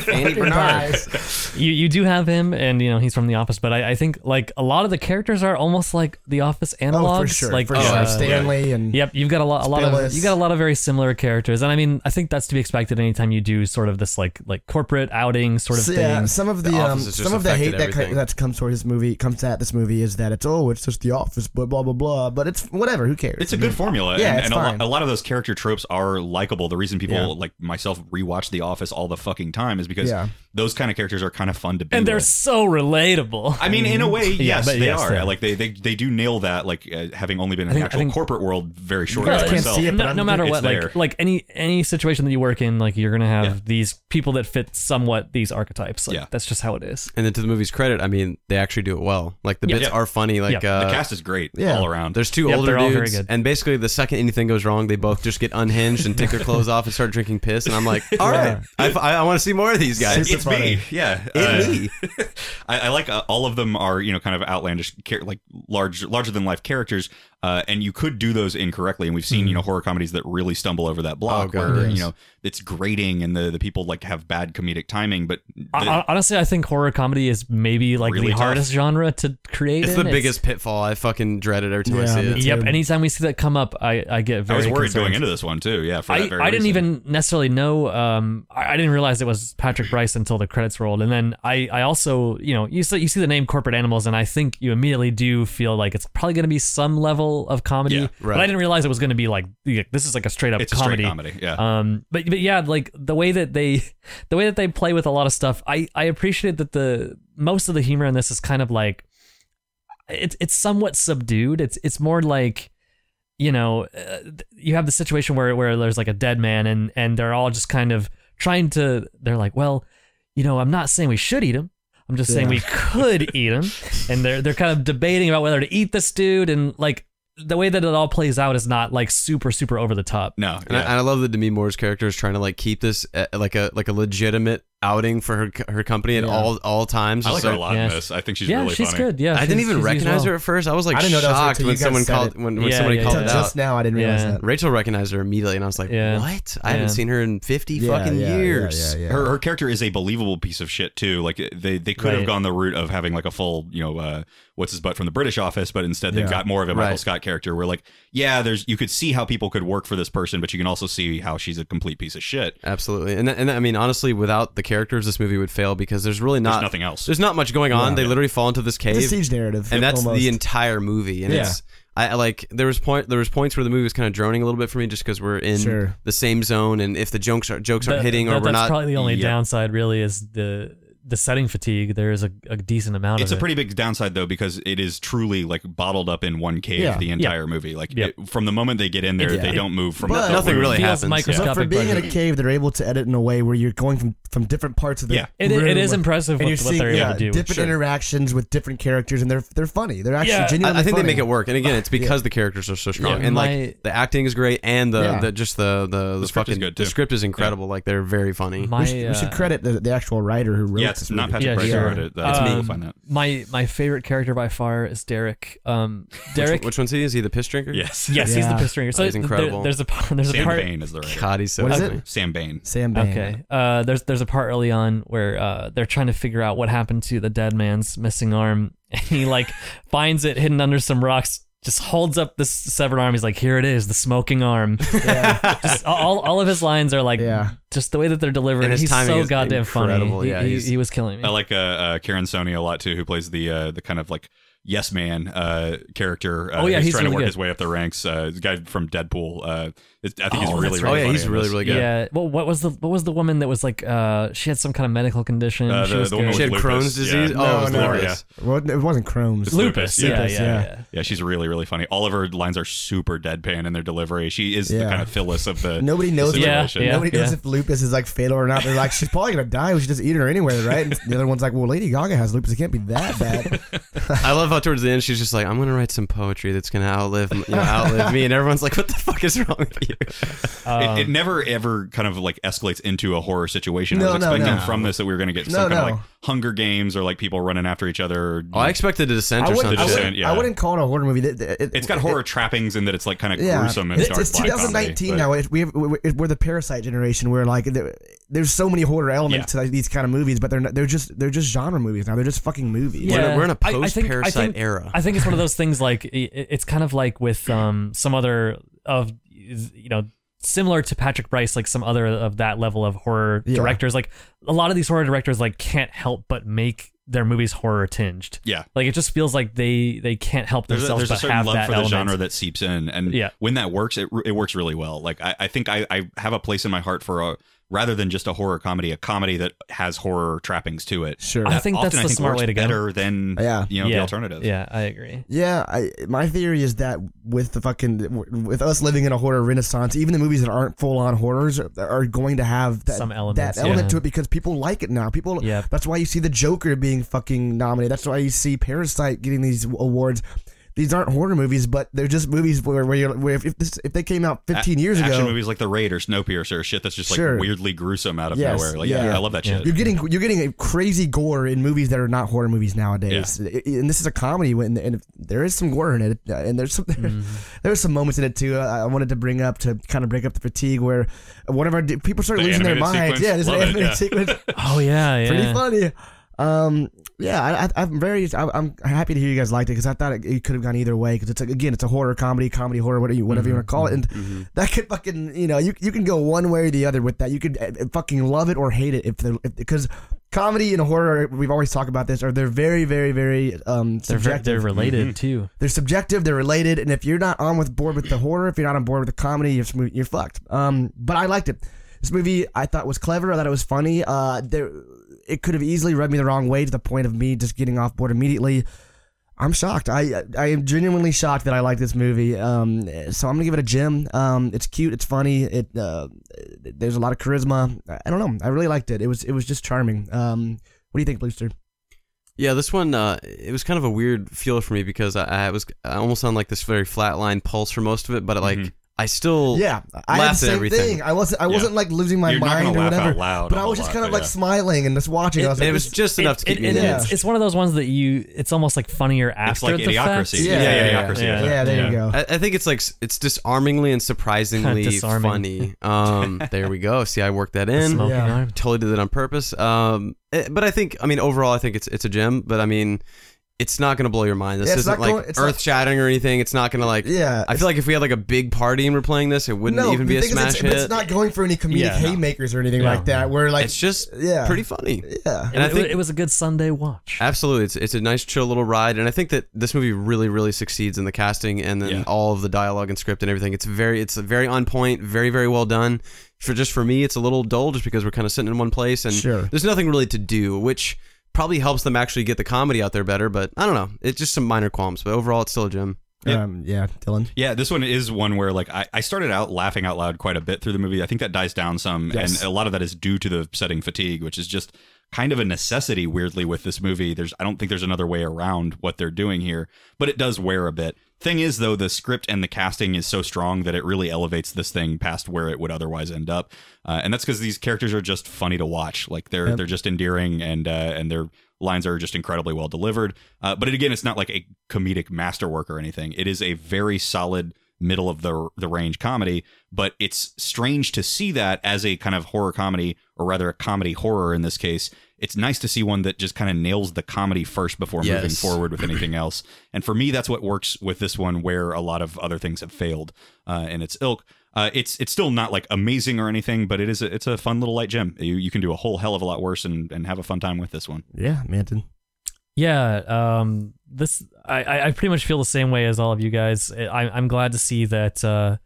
Speaker 3: Andy Bernard.
Speaker 4: [laughs] you you do have him, and you know he's from The Office. But I, I think like a lot of the characters are almost like The Office analogs.
Speaker 1: [laughs] oh, for sure.
Speaker 4: Like
Speaker 1: for
Speaker 4: uh,
Speaker 1: sure.
Speaker 2: yeah.
Speaker 1: Stanley and
Speaker 4: Yep, you've got a lot, a lot of
Speaker 1: Spillis.
Speaker 4: you got a lot of very similar characters, and I mean, I think that's to be expected anytime you do sort of this like like corporate outing sort of
Speaker 1: So,
Speaker 4: thing.
Speaker 1: yeah, some of the,
Speaker 3: Office
Speaker 1: um,
Speaker 3: has just
Speaker 1: some of the hate
Speaker 3: affected
Speaker 1: that
Speaker 3: everything.
Speaker 1: ki- that comes toward this movie comes at this movie is that it's oh it's just the office but blah blah blah but it's whatever who cares
Speaker 2: It's a good formula.
Speaker 1: Yeah,
Speaker 2: and,
Speaker 1: it's
Speaker 2: and a,
Speaker 1: fine.
Speaker 2: lot, a lot of those character tropes are likable. The reason people
Speaker 1: Yeah.
Speaker 2: like myself rewatch The Office all the fucking time is because
Speaker 1: Yeah.
Speaker 2: those kind of characters are kind of fun to be
Speaker 4: and they're
Speaker 2: with.
Speaker 4: so relatable.
Speaker 2: I mean, in a way, yes,
Speaker 4: but
Speaker 2: they
Speaker 4: yes,
Speaker 2: are.
Speaker 4: they are.
Speaker 2: Like they, they, they do nail that. Like uh, having only been in
Speaker 4: think-
Speaker 2: the
Speaker 4: I
Speaker 2: actual
Speaker 4: think-
Speaker 2: corporate world very short.
Speaker 1: guys
Speaker 2: as
Speaker 1: can't
Speaker 2: myself.
Speaker 1: see it, but
Speaker 4: no,
Speaker 1: I'm-
Speaker 4: no matter
Speaker 2: it's
Speaker 4: what,
Speaker 2: there.
Speaker 4: like like any any situation that you work in, like you're gonna have
Speaker 2: Yeah.
Speaker 4: these people that fit somewhat these archetypes. Like,
Speaker 2: Yeah.
Speaker 4: that's just how it is.
Speaker 3: And then to the movie's credit, I mean, they actually do it well. Like the
Speaker 4: Yeah.
Speaker 3: bits
Speaker 2: Yeah.
Speaker 3: are funny. Like
Speaker 4: Yeah.
Speaker 2: The
Speaker 3: uh,
Speaker 2: cast is great
Speaker 1: yeah.
Speaker 2: all around.
Speaker 3: There's two
Speaker 4: Yep,
Speaker 3: older
Speaker 4: they're all very
Speaker 3: dudes,
Speaker 4: good.
Speaker 3: and basically the second anything goes wrong, they both just get unhinged and take their clothes off and start drinking piss. And I'm
Speaker 4: [laughs]
Speaker 3: like, all right, I, want to see more of these guys.
Speaker 2: it's me, yeah.
Speaker 3: It's
Speaker 2: Uh,
Speaker 3: me.
Speaker 2: I, I like uh, all of them are you know kind of outlandish, char- like large, larger than life characters, uh, and you could do those incorrectly. And we've seen
Speaker 3: Hmm.
Speaker 2: you know horror comedies that really stumble over that block
Speaker 3: Oh, God,
Speaker 2: where
Speaker 1: yes.
Speaker 2: you know it's grating and the the people like have bad comedic timing, but
Speaker 4: I-
Speaker 2: the-
Speaker 4: I, honestly, I think horror comedy is maybe like
Speaker 2: Really
Speaker 4: the
Speaker 2: tough.
Speaker 4: hardest genre to create.
Speaker 3: It's
Speaker 4: in.
Speaker 3: the biggest pitfall. I fucking dread it every time I
Speaker 1: Yeah,
Speaker 3: see
Speaker 1: me
Speaker 3: it.
Speaker 1: too.
Speaker 4: Yep. Anytime we see that come up, I I get
Speaker 2: I
Speaker 4: very.
Speaker 2: was worried
Speaker 4: concerned.
Speaker 2: going into this one too. Yeah, for
Speaker 4: I,
Speaker 2: that very
Speaker 4: I didn't
Speaker 2: reason.
Speaker 4: even necessarily know. Um, I, I didn't realize it was Patrick Bryce until the credits rolled, and then I, I also, you know, you see, you see the name Corporate Animals, and I think you immediately do feel like it's probably going to be some level of comedy.
Speaker 2: Yeah,
Speaker 4: But I didn't realize it was going to be like yeah, this is like a straight up
Speaker 2: It's
Speaker 4: comedy.
Speaker 2: a straight comedy. Yeah.
Speaker 4: Um, but but yeah, like the way that they, [laughs] the way that they play with a lot of stuff, I I appreciate that the most of the humor in this is kind of like, it's it's somewhat subdued. It's it's more like, you know, uh, you have the situation where where there's like a dead man and and they're all just kind of trying to. They're like, well, you know, I'm not saying we should eat him. I'm just
Speaker 1: Yeah.
Speaker 4: saying we [laughs] could eat him, and they're they're kind of debating about whether to eat this dude and like. The way that it all plays out is not like super, super over the top.
Speaker 2: no.
Speaker 3: And, I,
Speaker 2: yeah.
Speaker 3: and I love that Demi Moore's character is trying to like keep this uh, like a like a legitimate outing for her co- her company at
Speaker 1: Yeah.
Speaker 3: all all times.
Speaker 2: I
Speaker 3: It's
Speaker 2: like her
Speaker 3: like-
Speaker 2: a lot in
Speaker 4: Yes.
Speaker 2: this. I think she's
Speaker 4: yeah,
Speaker 2: really
Speaker 4: she's
Speaker 2: funny.
Speaker 4: good. Yeah,
Speaker 3: I didn't
Speaker 4: she's-
Speaker 3: even
Speaker 4: she's used
Speaker 3: recognize
Speaker 4: well.
Speaker 3: her at first. I was like
Speaker 1: I didn't know that was
Speaker 3: shocked
Speaker 1: until
Speaker 3: when
Speaker 1: you guys
Speaker 3: someone
Speaker 1: said
Speaker 3: called
Speaker 1: it.
Speaker 3: when, when
Speaker 4: Yeah,
Speaker 3: somebody
Speaker 4: yeah,
Speaker 1: [laughs]
Speaker 3: called
Speaker 1: Until
Speaker 4: yeah.
Speaker 3: it out.
Speaker 1: just now I didn't
Speaker 4: Yeah.
Speaker 1: realize that
Speaker 3: Rachel recognized her immediately, and I was like,
Speaker 4: Yeah.
Speaker 3: "What? I
Speaker 4: Yeah.
Speaker 3: haven't seen her in fifty
Speaker 1: Yeah,
Speaker 3: fucking
Speaker 1: yeah, yeah,
Speaker 3: years."
Speaker 1: yeah, yeah.
Speaker 2: Her, her character is a believable piece of shit too. Like they, they could
Speaker 4: Right.
Speaker 2: have gone the route of having like a full you know uh, what's his butt from the British office, but instead they
Speaker 1: Yeah.
Speaker 2: got more of a Michael
Speaker 3: Right.
Speaker 2: Scott character. Where like yeah, there's you could see how people could work for this person, but you can also see how she's a complete piece of shit.
Speaker 3: Absolutely, and th- and I mean honestly, without the characters, this movie would fail because there's really
Speaker 2: There's
Speaker 3: not
Speaker 2: nothing else.
Speaker 3: there's not much going on. they literally fall into this
Speaker 1: it's a
Speaker 3: cave,
Speaker 1: siege narrative
Speaker 3: and that's
Speaker 1: almost.
Speaker 3: the entire movie. And
Speaker 1: Yeah.
Speaker 3: it's I I like there was point there was points where the movie was kind of droning a little bit for me just because we're in
Speaker 1: Sure.
Speaker 3: the same zone, and if the jokes are jokes aren't
Speaker 4: That-
Speaker 3: hitting or
Speaker 4: that-
Speaker 3: we're not
Speaker 4: that's probably the only
Speaker 3: Yeah.
Speaker 4: downside. Really, is the the setting fatigue. There is a, a decent amount
Speaker 2: It's a
Speaker 4: of it.
Speaker 2: pretty big downside though because it is truly like bottled up in one cave
Speaker 1: Yeah.
Speaker 2: the entire movie. Like
Speaker 4: Yep.
Speaker 2: it- from the moment they get in there,
Speaker 1: It-
Speaker 2: they
Speaker 1: it-
Speaker 2: don't move from
Speaker 1: but-
Speaker 2: the
Speaker 3: nothing
Speaker 2: room.
Speaker 3: really
Speaker 4: Feels
Speaker 3: happens.
Speaker 4: microscopic.
Speaker 1: but for being in
Speaker 4: pressure.
Speaker 1: a cave they're able to edit in a way where you're going from from different parts of the
Speaker 2: Yeah.
Speaker 4: It, it is
Speaker 1: room.
Speaker 4: impressive
Speaker 1: and
Speaker 4: what,
Speaker 1: you're
Speaker 4: what
Speaker 1: seeing
Speaker 4: they're
Speaker 1: yeah,
Speaker 4: able to do.
Speaker 1: different interactions with different characters, and they're they're funny. They're actually
Speaker 4: Yeah. I- I
Speaker 1: genuinely.
Speaker 3: I, I think they
Speaker 1: funny.
Speaker 3: make it work, and again, it's because the characters are so strong,
Speaker 4: Yeah.
Speaker 3: and
Speaker 4: My-
Speaker 3: like the acting is great, and the,
Speaker 1: Yeah.
Speaker 3: the just the the, the,
Speaker 2: script is
Speaker 3: fucking
Speaker 2: good,
Speaker 3: the
Speaker 2: too.
Speaker 3: script is incredible. Like they're very funny.
Speaker 4: My,
Speaker 1: We should, we should
Speaker 4: uh,
Speaker 1: credit the, the actual writer who wrote
Speaker 2: Yeah,
Speaker 1: this.
Speaker 2: it's not
Speaker 1: movie.
Speaker 2: Patrick
Speaker 4: Yeah,
Speaker 2: Bryce
Speaker 1: sure.
Speaker 2: who wrote it. That's
Speaker 4: Um,
Speaker 2: me. We'll find out.
Speaker 4: my my favorite character by far is Derek. Um, Derek.
Speaker 3: Which one's he? Is he the piss drinker?
Speaker 2: Yes.
Speaker 4: yes, he's the
Speaker 1: Yeah.
Speaker 4: piss ringer. So
Speaker 3: He's
Speaker 4: there-
Speaker 3: incredible.
Speaker 4: there's a part- there's a
Speaker 2: [laughs] Sam
Speaker 4: part.
Speaker 2: Bain is the writer.
Speaker 3: God, he's so
Speaker 1: What is it?
Speaker 3: ugly.
Speaker 2: Sam Bain.
Speaker 1: Sam Bain.
Speaker 4: Okay. Uh, there's there's a part early on where uh, they're trying to figure out what happened to the dead man's missing arm. [laughs] And
Speaker 3: [laughs]
Speaker 4: he like finds it hidden under some rocks. Just holds up this severed arm. He's like, "Here it is, the
Speaker 3: [laughs]
Speaker 4: smoking arm."
Speaker 1: Yeah.
Speaker 4: [laughs] Just all, all of his lines are like,
Speaker 1: Yeah.
Speaker 4: just the way that they're delivered.
Speaker 3: And his
Speaker 4: he's
Speaker 3: timing
Speaker 4: so
Speaker 3: is
Speaker 4: goddamn
Speaker 3: incredible.
Speaker 4: funny. He-
Speaker 3: Yeah,
Speaker 4: he,
Speaker 3: he's-
Speaker 4: he was killing me.
Speaker 2: I like uh, uh, Karen Sony a lot too, who plays the uh, the kind of like yes man uh, character. Uh,
Speaker 4: Oh, yeah,
Speaker 2: who's
Speaker 4: he's
Speaker 2: trying to
Speaker 4: really
Speaker 2: work
Speaker 4: good.
Speaker 2: his way up the ranks. Uh, the guy from Deadpool. Uh, it's- I think
Speaker 4: Oh,
Speaker 2: he's really,
Speaker 4: that's
Speaker 2: really
Speaker 3: right. Oh, yeah,
Speaker 2: funny
Speaker 3: he's
Speaker 2: in
Speaker 3: really,
Speaker 2: this.
Speaker 3: really
Speaker 4: Yeah.
Speaker 3: good.
Speaker 4: Well, what was the what was the woman that was like uh she had some kind of medical condition?
Speaker 2: Uh,
Speaker 4: she
Speaker 2: the-
Speaker 4: was
Speaker 2: the woman
Speaker 4: good.
Speaker 3: She had
Speaker 2: Lupus,
Speaker 3: Crohn's
Speaker 2: yeah.
Speaker 3: disease. oh, it was
Speaker 2: No, no,
Speaker 3: Lupus.
Speaker 2: yeah.
Speaker 1: Well, it wasn't Crohn's.
Speaker 2: It's Lupus,
Speaker 4: lupus.
Speaker 2: yeah.
Speaker 4: Yeah,
Speaker 1: Lupus,
Speaker 4: yeah,
Speaker 1: yeah.
Speaker 4: yeah.
Speaker 2: Yeah, she's really, really funny. All of her lines are super deadpan in their delivery. She is the
Speaker 1: Yeah.
Speaker 2: kind of Phyllis of the.
Speaker 1: Nobody knows.
Speaker 4: Yeah,
Speaker 2: situation.
Speaker 4: yeah.
Speaker 1: Nobody knows if lupus is like fatal or not. They're like, she's probably gonna die. We should just eat her anyway, right? And the other one's like, well, Lady Gaga has lupus. It can't be that
Speaker 2: [laughs]
Speaker 1: bad.
Speaker 3: I love how towards the end she's just like, "I'm gonna write some poetry that's gonna outlive, you know, outlive me," and everyone's like, "What the fuck is wrong with you?"
Speaker 4: Um,
Speaker 2: It, it never ever kind of like escalates into a horror situation. I
Speaker 1: No,
Speaker 2: was
Speaker 1: no,
Speaker 2: expecting
Speaker 1: no.
Speaker 2: from this that we were going to get
Speaker 1: No,
Speaker 2: some kind
Speaker 1: no.
Speaker 2: of like Hunger Games or like people running after each other.
Speaker 3: Oh, I expected a descent
Speaker 1: I
Speaker 3: or
Speaker 1: wouldn't.
Speaker 3: something.
Speaker 1: I
Speaker 2: Descent,
Speaker 1: wouldn't,
Speaker 2: yeah.
Speaker 1: I wouldn't call it a horror movie. It- it-
Speaker 2: it's got
Speaker 1: it-
Speaker 2: horror trappings in that it's like kind of
Speaker 1: Yeah,
Speaker 2: gruesome and
Speaker 1: it's,
Speaker 2: dark
Speaker 1: it's
Speaker 2: black
Speaker 1: 2019
Speaker 2: comedy,
Speaker 1: now. It, we have, we're, we're the Parasite generation, where like there, there's so many horror elements to these kind of movies, but they're not, they're just they're just genre movies now. They're just fucking movies.
Speaker 3: We're, in a-
Speaker 4: Yeah.
Speaker 3: we're in a
Speaker 4: I- I
Speaker 3: post
Speaker 4: think- I
Speaker 3: parasite
Speaker 4: think-
Speaker 3: era.
Speaker 4: I think it's one of those things like i- i- it's kind of like with um some other of you know similar to Patrick Bryce like some other of that level of horror
Speaker 1: Yeah.
Speaker 4: directors like a lot of these horror directors like can't help but make their movies horror tinged.
Speaker 2: Yeah.
Speaker 4: Like it just feels like they they can't help
Speaker 2: There's a,
Speaker 4: themselves
Speaker 2: there's a
Speaker 4: but
Speaker 2: certain
Speaker 4: have
Speaker 2: love
Speaker 4: that
Speaker 2: for the
Speaker 4: element.
Speaker 2: genre that seeps in, and
Speaker 4: Yeah.
Speaker 2: when that works, it it works really well. Like I, I think I, I have a place in my heart for a rather than just a horror comedy, a comedy that has horror trappings to it.
Speaker 1: Sure.
Speaker 4: I
Speaker 2: That
Speaker 4: think that's
Speaker 2: often
Speaker 4: the smart
Speaker 2: works
Speaker 4: way to go.
Speaker 2: Better than
Speaker 1: Yeah.
Speaker 2: you know
Speaker 4: yeah.
Speaker 2: the alternative.
Speaker 4: Yeah, I agree.
Speaker 1: Yeah, I, my theory is that with the fucking with us living in a horror renaissance, even the movies that aren't full on horrors are, are going to have that,
Speaker 4: Some elements,
Speaker 1: that element
Speaker 4: yeah.
Speaker 1: to it because people like it now. People,
Speaker 4: Yep.
Speaker 1: that's why you see the Joker being fucking nominated. That's why you see Parasite getting these awards. These aren't horror movies, but they're just movies where, where, you're, where if, if, this, if they came out 15 years
Speaker 2: action
Speaker 1: ago,
Speaker 2: movies like The Raid or Snowpiercer, shit that's just like
Speaker 1: Sure.
Speaker 2: weirdly gruesome out of
Speaker 1: Yes,
Speaker 2: nowhere. Like, yeah,
Speaker 1: yeah.
Speaker 2: I love that
Speaker 4: Yeah.
Speaker 2: shit.
Speaker 1: You're getting you're getting a crazy gore in movies that are not horror movies nowadays, I- I- and this is a comedy. When and there is some gore in it, uh, and there's some [laughs]
Speaker 2: Mm-hmm.
Speaker 1: there's some moments in it too. uh, I, I wanted to bring up to kind of break up the fatigue where one of our d- people started
Speaker 2: The
Speaker 1: losing their
Speaker 2: animated
Speaker 1: minds.
Speaker 2: sequence?
Speaker 1: Yeah, there's an
Speaker 2: Love it,
Speaker 1: animated
Speaker 2: yeah.
Speaker 1: sequence,
Speaker 4: Oh yeah, yeah.
Speaker 1: pretty funny. Um, yeah, I, I, I'm very I, I'm happy to hear you guys liked it because I thought it, it could have gone either way because it's a, again it's a horror comedy comedy horror whatever you whatever you want to call it
Speaker 4: Mm-hmm,
Speaker 1: and that could fucking you know you you can go one way or the other with that you could uh, uh, fucking love it or hate it if the because comedy and horror we've always talked about this are they're very very very um
Speaker 4: They're ver-
Speaker 1: subjective
Speaker 4: they're related too.
Speaker 1: they're subjective, they're related, and if you're not on with board with the horror, if you're not on board with the comedy, you're, smoo- you're fucked. Um, but I liked it. This movie I thought was clever. I thought it was funny. Uh, there, it could have easily rubbed me the wrong way to the point of me just getting off board immediately. I'm shocked. I I am genuinely shocked that I like this movie. Um, so I'm gonna give it a gem. Um, it's cute. It's funny. It uh, there's a lot of charisma. I- I don't know. I really liked it. It was it was just charming. Um, what do you think, Bluester?
Speaker 3: Yeah, this one uh, it was kind of a weird feel for me because I, I was I almost on like this very flat line pulse for most of it, but like
Speaker 2: Mhm.
Speaker 3: I still
Speaker 1: Yeah, I
Speaker 3: Laugh
Speaker 1: had
Speaker 3: at
Speaker 1: the same
Speaker 3: everything.
Speaker 1: thing. I wasn't. I
Speaker 2: Yeah.
Speaker 1: wasn't like losing my
Speaker 2: You're not
Speaker 1: mind
Speaker 2: gonna
Speaker 1: or
Speaker 2: laugh
Speaker 1: whatever.
Speaker 2: out loud
Speaker 1: but
Speaker 2: a
Speaker 1: I was
Speaker 2: whole
Speaker 1: just
Speaker 2: lot,
Speaker 1: kind of
Speaker 2: but
Speaker 1: like
Speaker 2: yeah.
Speaker 1: smiling and just watching. I was
Speaker 3: And
Speaker 1: like,
Speaker 3: it was
Speaker 1: this-
Speaker 3: just enough to
Speaker 4: It-
Speaker 3: keep me
Speaker 4: it-
Speaker 3: in.
Speaker 1: Yeah.
Speaker 4: it's, it's one of those ones that you it's almost like funnier
Speaker 2: It's
Speaker 4: after
Speaker 2: like
Speaker 4: the fact.
Speaker 2: idiocracy.
Speaker 1: Yeah, yeah,
Speaker 4: yeah,
Speaker 2: idiocracy.
Speaker 4: yeah.
Speaker 1: yeah, there you go.
Speaker 3: I, I think it's like s- it's disarmingly and surprisingly
Speaker 4: disarming.
Speaker 3: funny. Um, there we go. See, I worked that in.
Speaker 4: Smoking
Speaker 1: Yeah.
Speaker 4: arm.
Speaker 3: totally did it on purpose. Um, eh, but I think, I mean, overall, I think it's it's a gem. But I mean, it's not gonna blow your mind. This
Speaker 1: Yeah, it's
Speaker 3: isn't
Speaker 1: not
Speaker 3: like
Speaker 1: going- it's not-
Speaker 3: earth shattering or anything. It's not gonna like.
Speaker 1: Yeah,
Speaker 3: I feel like if we had like a big party and we're playing this, it wouldn't
Speaker 1: no,
Speaker 3: even
Speaker 1: the
Speaker 3: be a
Speaker 1: thing is,
Speaker 3: smash
Speaker 1: it's,
Speaker 3: hit.
Speaker 1: It's not going for any comedic
Speaker 4: Yeah, no.
Speaker 1: haymakers or anything
Speaker 4: No.
Speaker 1: like that. Where like,
Speaker 3: It's just
Speaker 1: yeah,
Speaker 3: pretty funny.
Speaker 1: yeah.
Speaker 3: And I
Speaker 4: it,
Speaker 3: think-
Speaker 4: it was a good Sunday watch.
Speaker 3: Absolutely, it's it's a nice chill little ride, and I think that this movie really really succeeds in the casting and then
Speaker 2: Yeah.
Speaker 3: all of the dialogue and script and everything. It's very it's very on point, very very well done. For just for me, it's a little dull just because we're kind of sitting in one place and
Speaker 1: Sure.
Speaker 3: there's nothing really to do, which probably helps them actually get the comedy out there better. But I don't know, it's just some minor qualms, but overall, it's still a gem.
Speaker 1: Um, yeah, Dylan.
Speaker 2: Yeah, this one is one where like I, I started out laughing out loud quite a bit through the movie. I think that dies down some,
Speaker 1: Yes.
Speaker 2: and a lot of that is due to the setting fatigue, which is just kind of a necessity. Weirdly, with this movie, there's I don't think there's another way around what they're doing here, but it does wear a bit. Thing is, though, the script and the casting is so strong that it really elevates this thing past where it would otherwise end up, uh, and that's because these characters are just funny to watch. Like they're
Speaker 1: Yep.
Speaker 2: they're just endearing and uh, and their lines are just incredibly well delivered. Uh, but it, again, it's not like a comedic masterwork or anything. It is a very solid middle of the the range comedy, but it's strange to see that as a kind of horror comedy or rather a comedy horror in this case. It's nice to see one that just kind of nails the comedy first before moving
Speaker 3: Yes.
Speaker 2: forward
Speaker 4: [clears throat]
Speaker 2: with anything else. And for me, that's what works with this one where a lot of other things have failed uh, in its ilk. Uh, it's it's still not like amazing or anything, but it is a, it's a fun little light gem. You you can do a whole hell of a lot worse and, and have a fun time with this one.
Speaker 1: Yeah, Manton.
Speaker 4: Yeah, um, this I- I, I pretty much feel the same way as all of you guys. I, I'm glad to see that uh,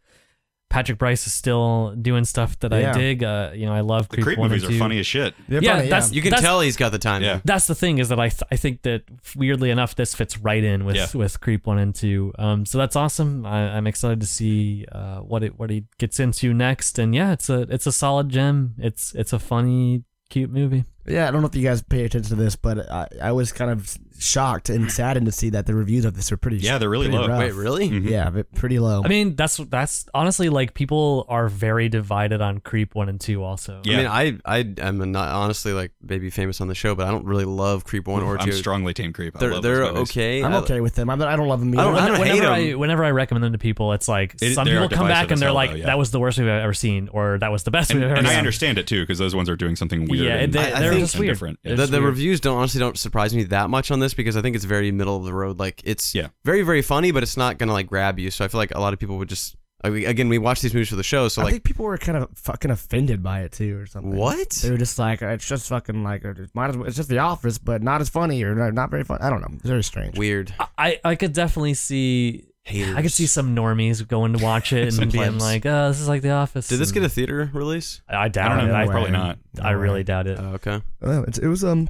Speaker 4: Patrick Bryce is still doing stuff that
Speaker 1: Yeah.
Speaker 4: I dig. Uh, you know, I love
Speaker 2: The Creep
Speaker 4: one
Speaker 2: movies
Speaker 4: and
Speaker 2: are
Speaker 4: two.
Speaker 2: funny as shit.
Speaker 1: They're
Speaker 4: Yeah,
Speaker 1: funny,
Speaker 4: that's-
Speaker 3: You can
Speaker 4: That's-
Speaker 3: tell he's got the time.
Speaker 2: Yeah.
Speaker 4: That's the thing is that I th- I think that weirdly enough this fits right in with
Speaker 2: Yeah.
Speaker 4: with Creep one and two. Um, so that's awesome. I, I'm excited to see uh what it what he gets into next. And yeah, it's a it's a solid gem. It's it's a funny cute movie.
Speaker 1: Yeah, I don't know if you guys pay attention to this, but I, I was kind of shocked and saddened to see that the reviews of this are pretty.
Speaker 2: Yeah, they're really
Speaker 1: pretty
Speaker 2: low.
Speaker 1: rough.
Speaker 3: Wait, really? Mm-hmm.
Speaker 2: Mhm.
Speaker 1: Yeah, but pretty low.
Speaker 4: I mean, that's that's honestly like people are very divided on Creep one and two. Also,
Speaker 2: Yeah.
Speaker 3: I mean, I I am not honestly like maybe famous on the show, but I don't really love Creep One or
Speaker 2: [laughs] I'm
Speaker 3: Two.
Speaker 2: strongly Team Creep. I
Speaker 3: They're
Speaker 2: love
Speaker 3: they're
Speaker 2: those movies.
Speaker 3: okay.
Speaker 1: I'm
Speaker 3: I-
Speaker 1: okay with them. I'm, I don't love them.
Speaker 3: I don't-
Speaker 1: either.
Speaker 3: I
Speaker 4: Whenever-
Speaker 3: hate
Speaker 4: whenever
Speaker 3: 'em.
Speaker 4: I whenever I recommend them to people, it's like
Speaker 2: It-
Speaker 4: some
Speaker 2: they are
Speaker 4: people come back
Speaker 2: divisive as
Speaker 4: and they're
Speaker 2: hell,
Speaker 4: like,
Speaker 2: though, yeah.
Speaker 4: "That was the worst movie I've ever seen," or "That was the best
Speaker 2: And,
Speaker 4: movie I've ever
Speaker 2: and I
Speaker 4: seen."
Speaker 2: understand it too because those ones are doing something weird.
Speaker 4: Yeah,
Speaker 2: and,
Speaker 4: they,
Speaker 3: I
Speaker 4: they're
Speaker 3: think-
Speaker 4: just
Speaker 2: and
Speaker 4: weird.
Speaker 2: different.
Speaker 4: They're
Speaker 3: the,
Speaker 4: just
Speaker 3: the
Speaker 4: weird.
Speaker 3: reviews don't honestly don't surprise me that much on this because I think it's very middle of the road. Like it's
Speaker 2: Yeah.
Speaker 3: very very funny, but it's not gonna like grab you. So I feel like a lot of people would just I mean, again we watch these movies for the show. So
Speaker 1: I
Speaker 3: like
Speaker 1: think people were kind of fucking offended by it too, or something.
Speaker 3: what?
Speaker 1: They were just like, it's just fucking like, it might as well, it's just The Office, but not as funny or not- not very fun. I don't know. It's very strange.
Speaker 3: Weird.
Speaker 4: I I could definitely see.
Speaker 3: Haters.
Speaker 4: I could see some normies going to
Speaker 2: [laughs]
Speaker 4: watch it
Speaker 3: Some
Speaker 4: and being
Speaker 3: plebs.
Speaker 4: like, "Oh, this is like The Office."
Speaker 3: Did this get
Speaker 4: and-
Speaker 3: a theater release?
Speaker 4: I
Speaker 2: I
Speaker 4: doubt
Speaker 2: don't know.
Speaker 4: it.
Speaker 2: Probably not.
Speaker 4: I, I really doubt it.
Speaker 3: Oh, okay.
Speaker 1: Well, it's, it was um,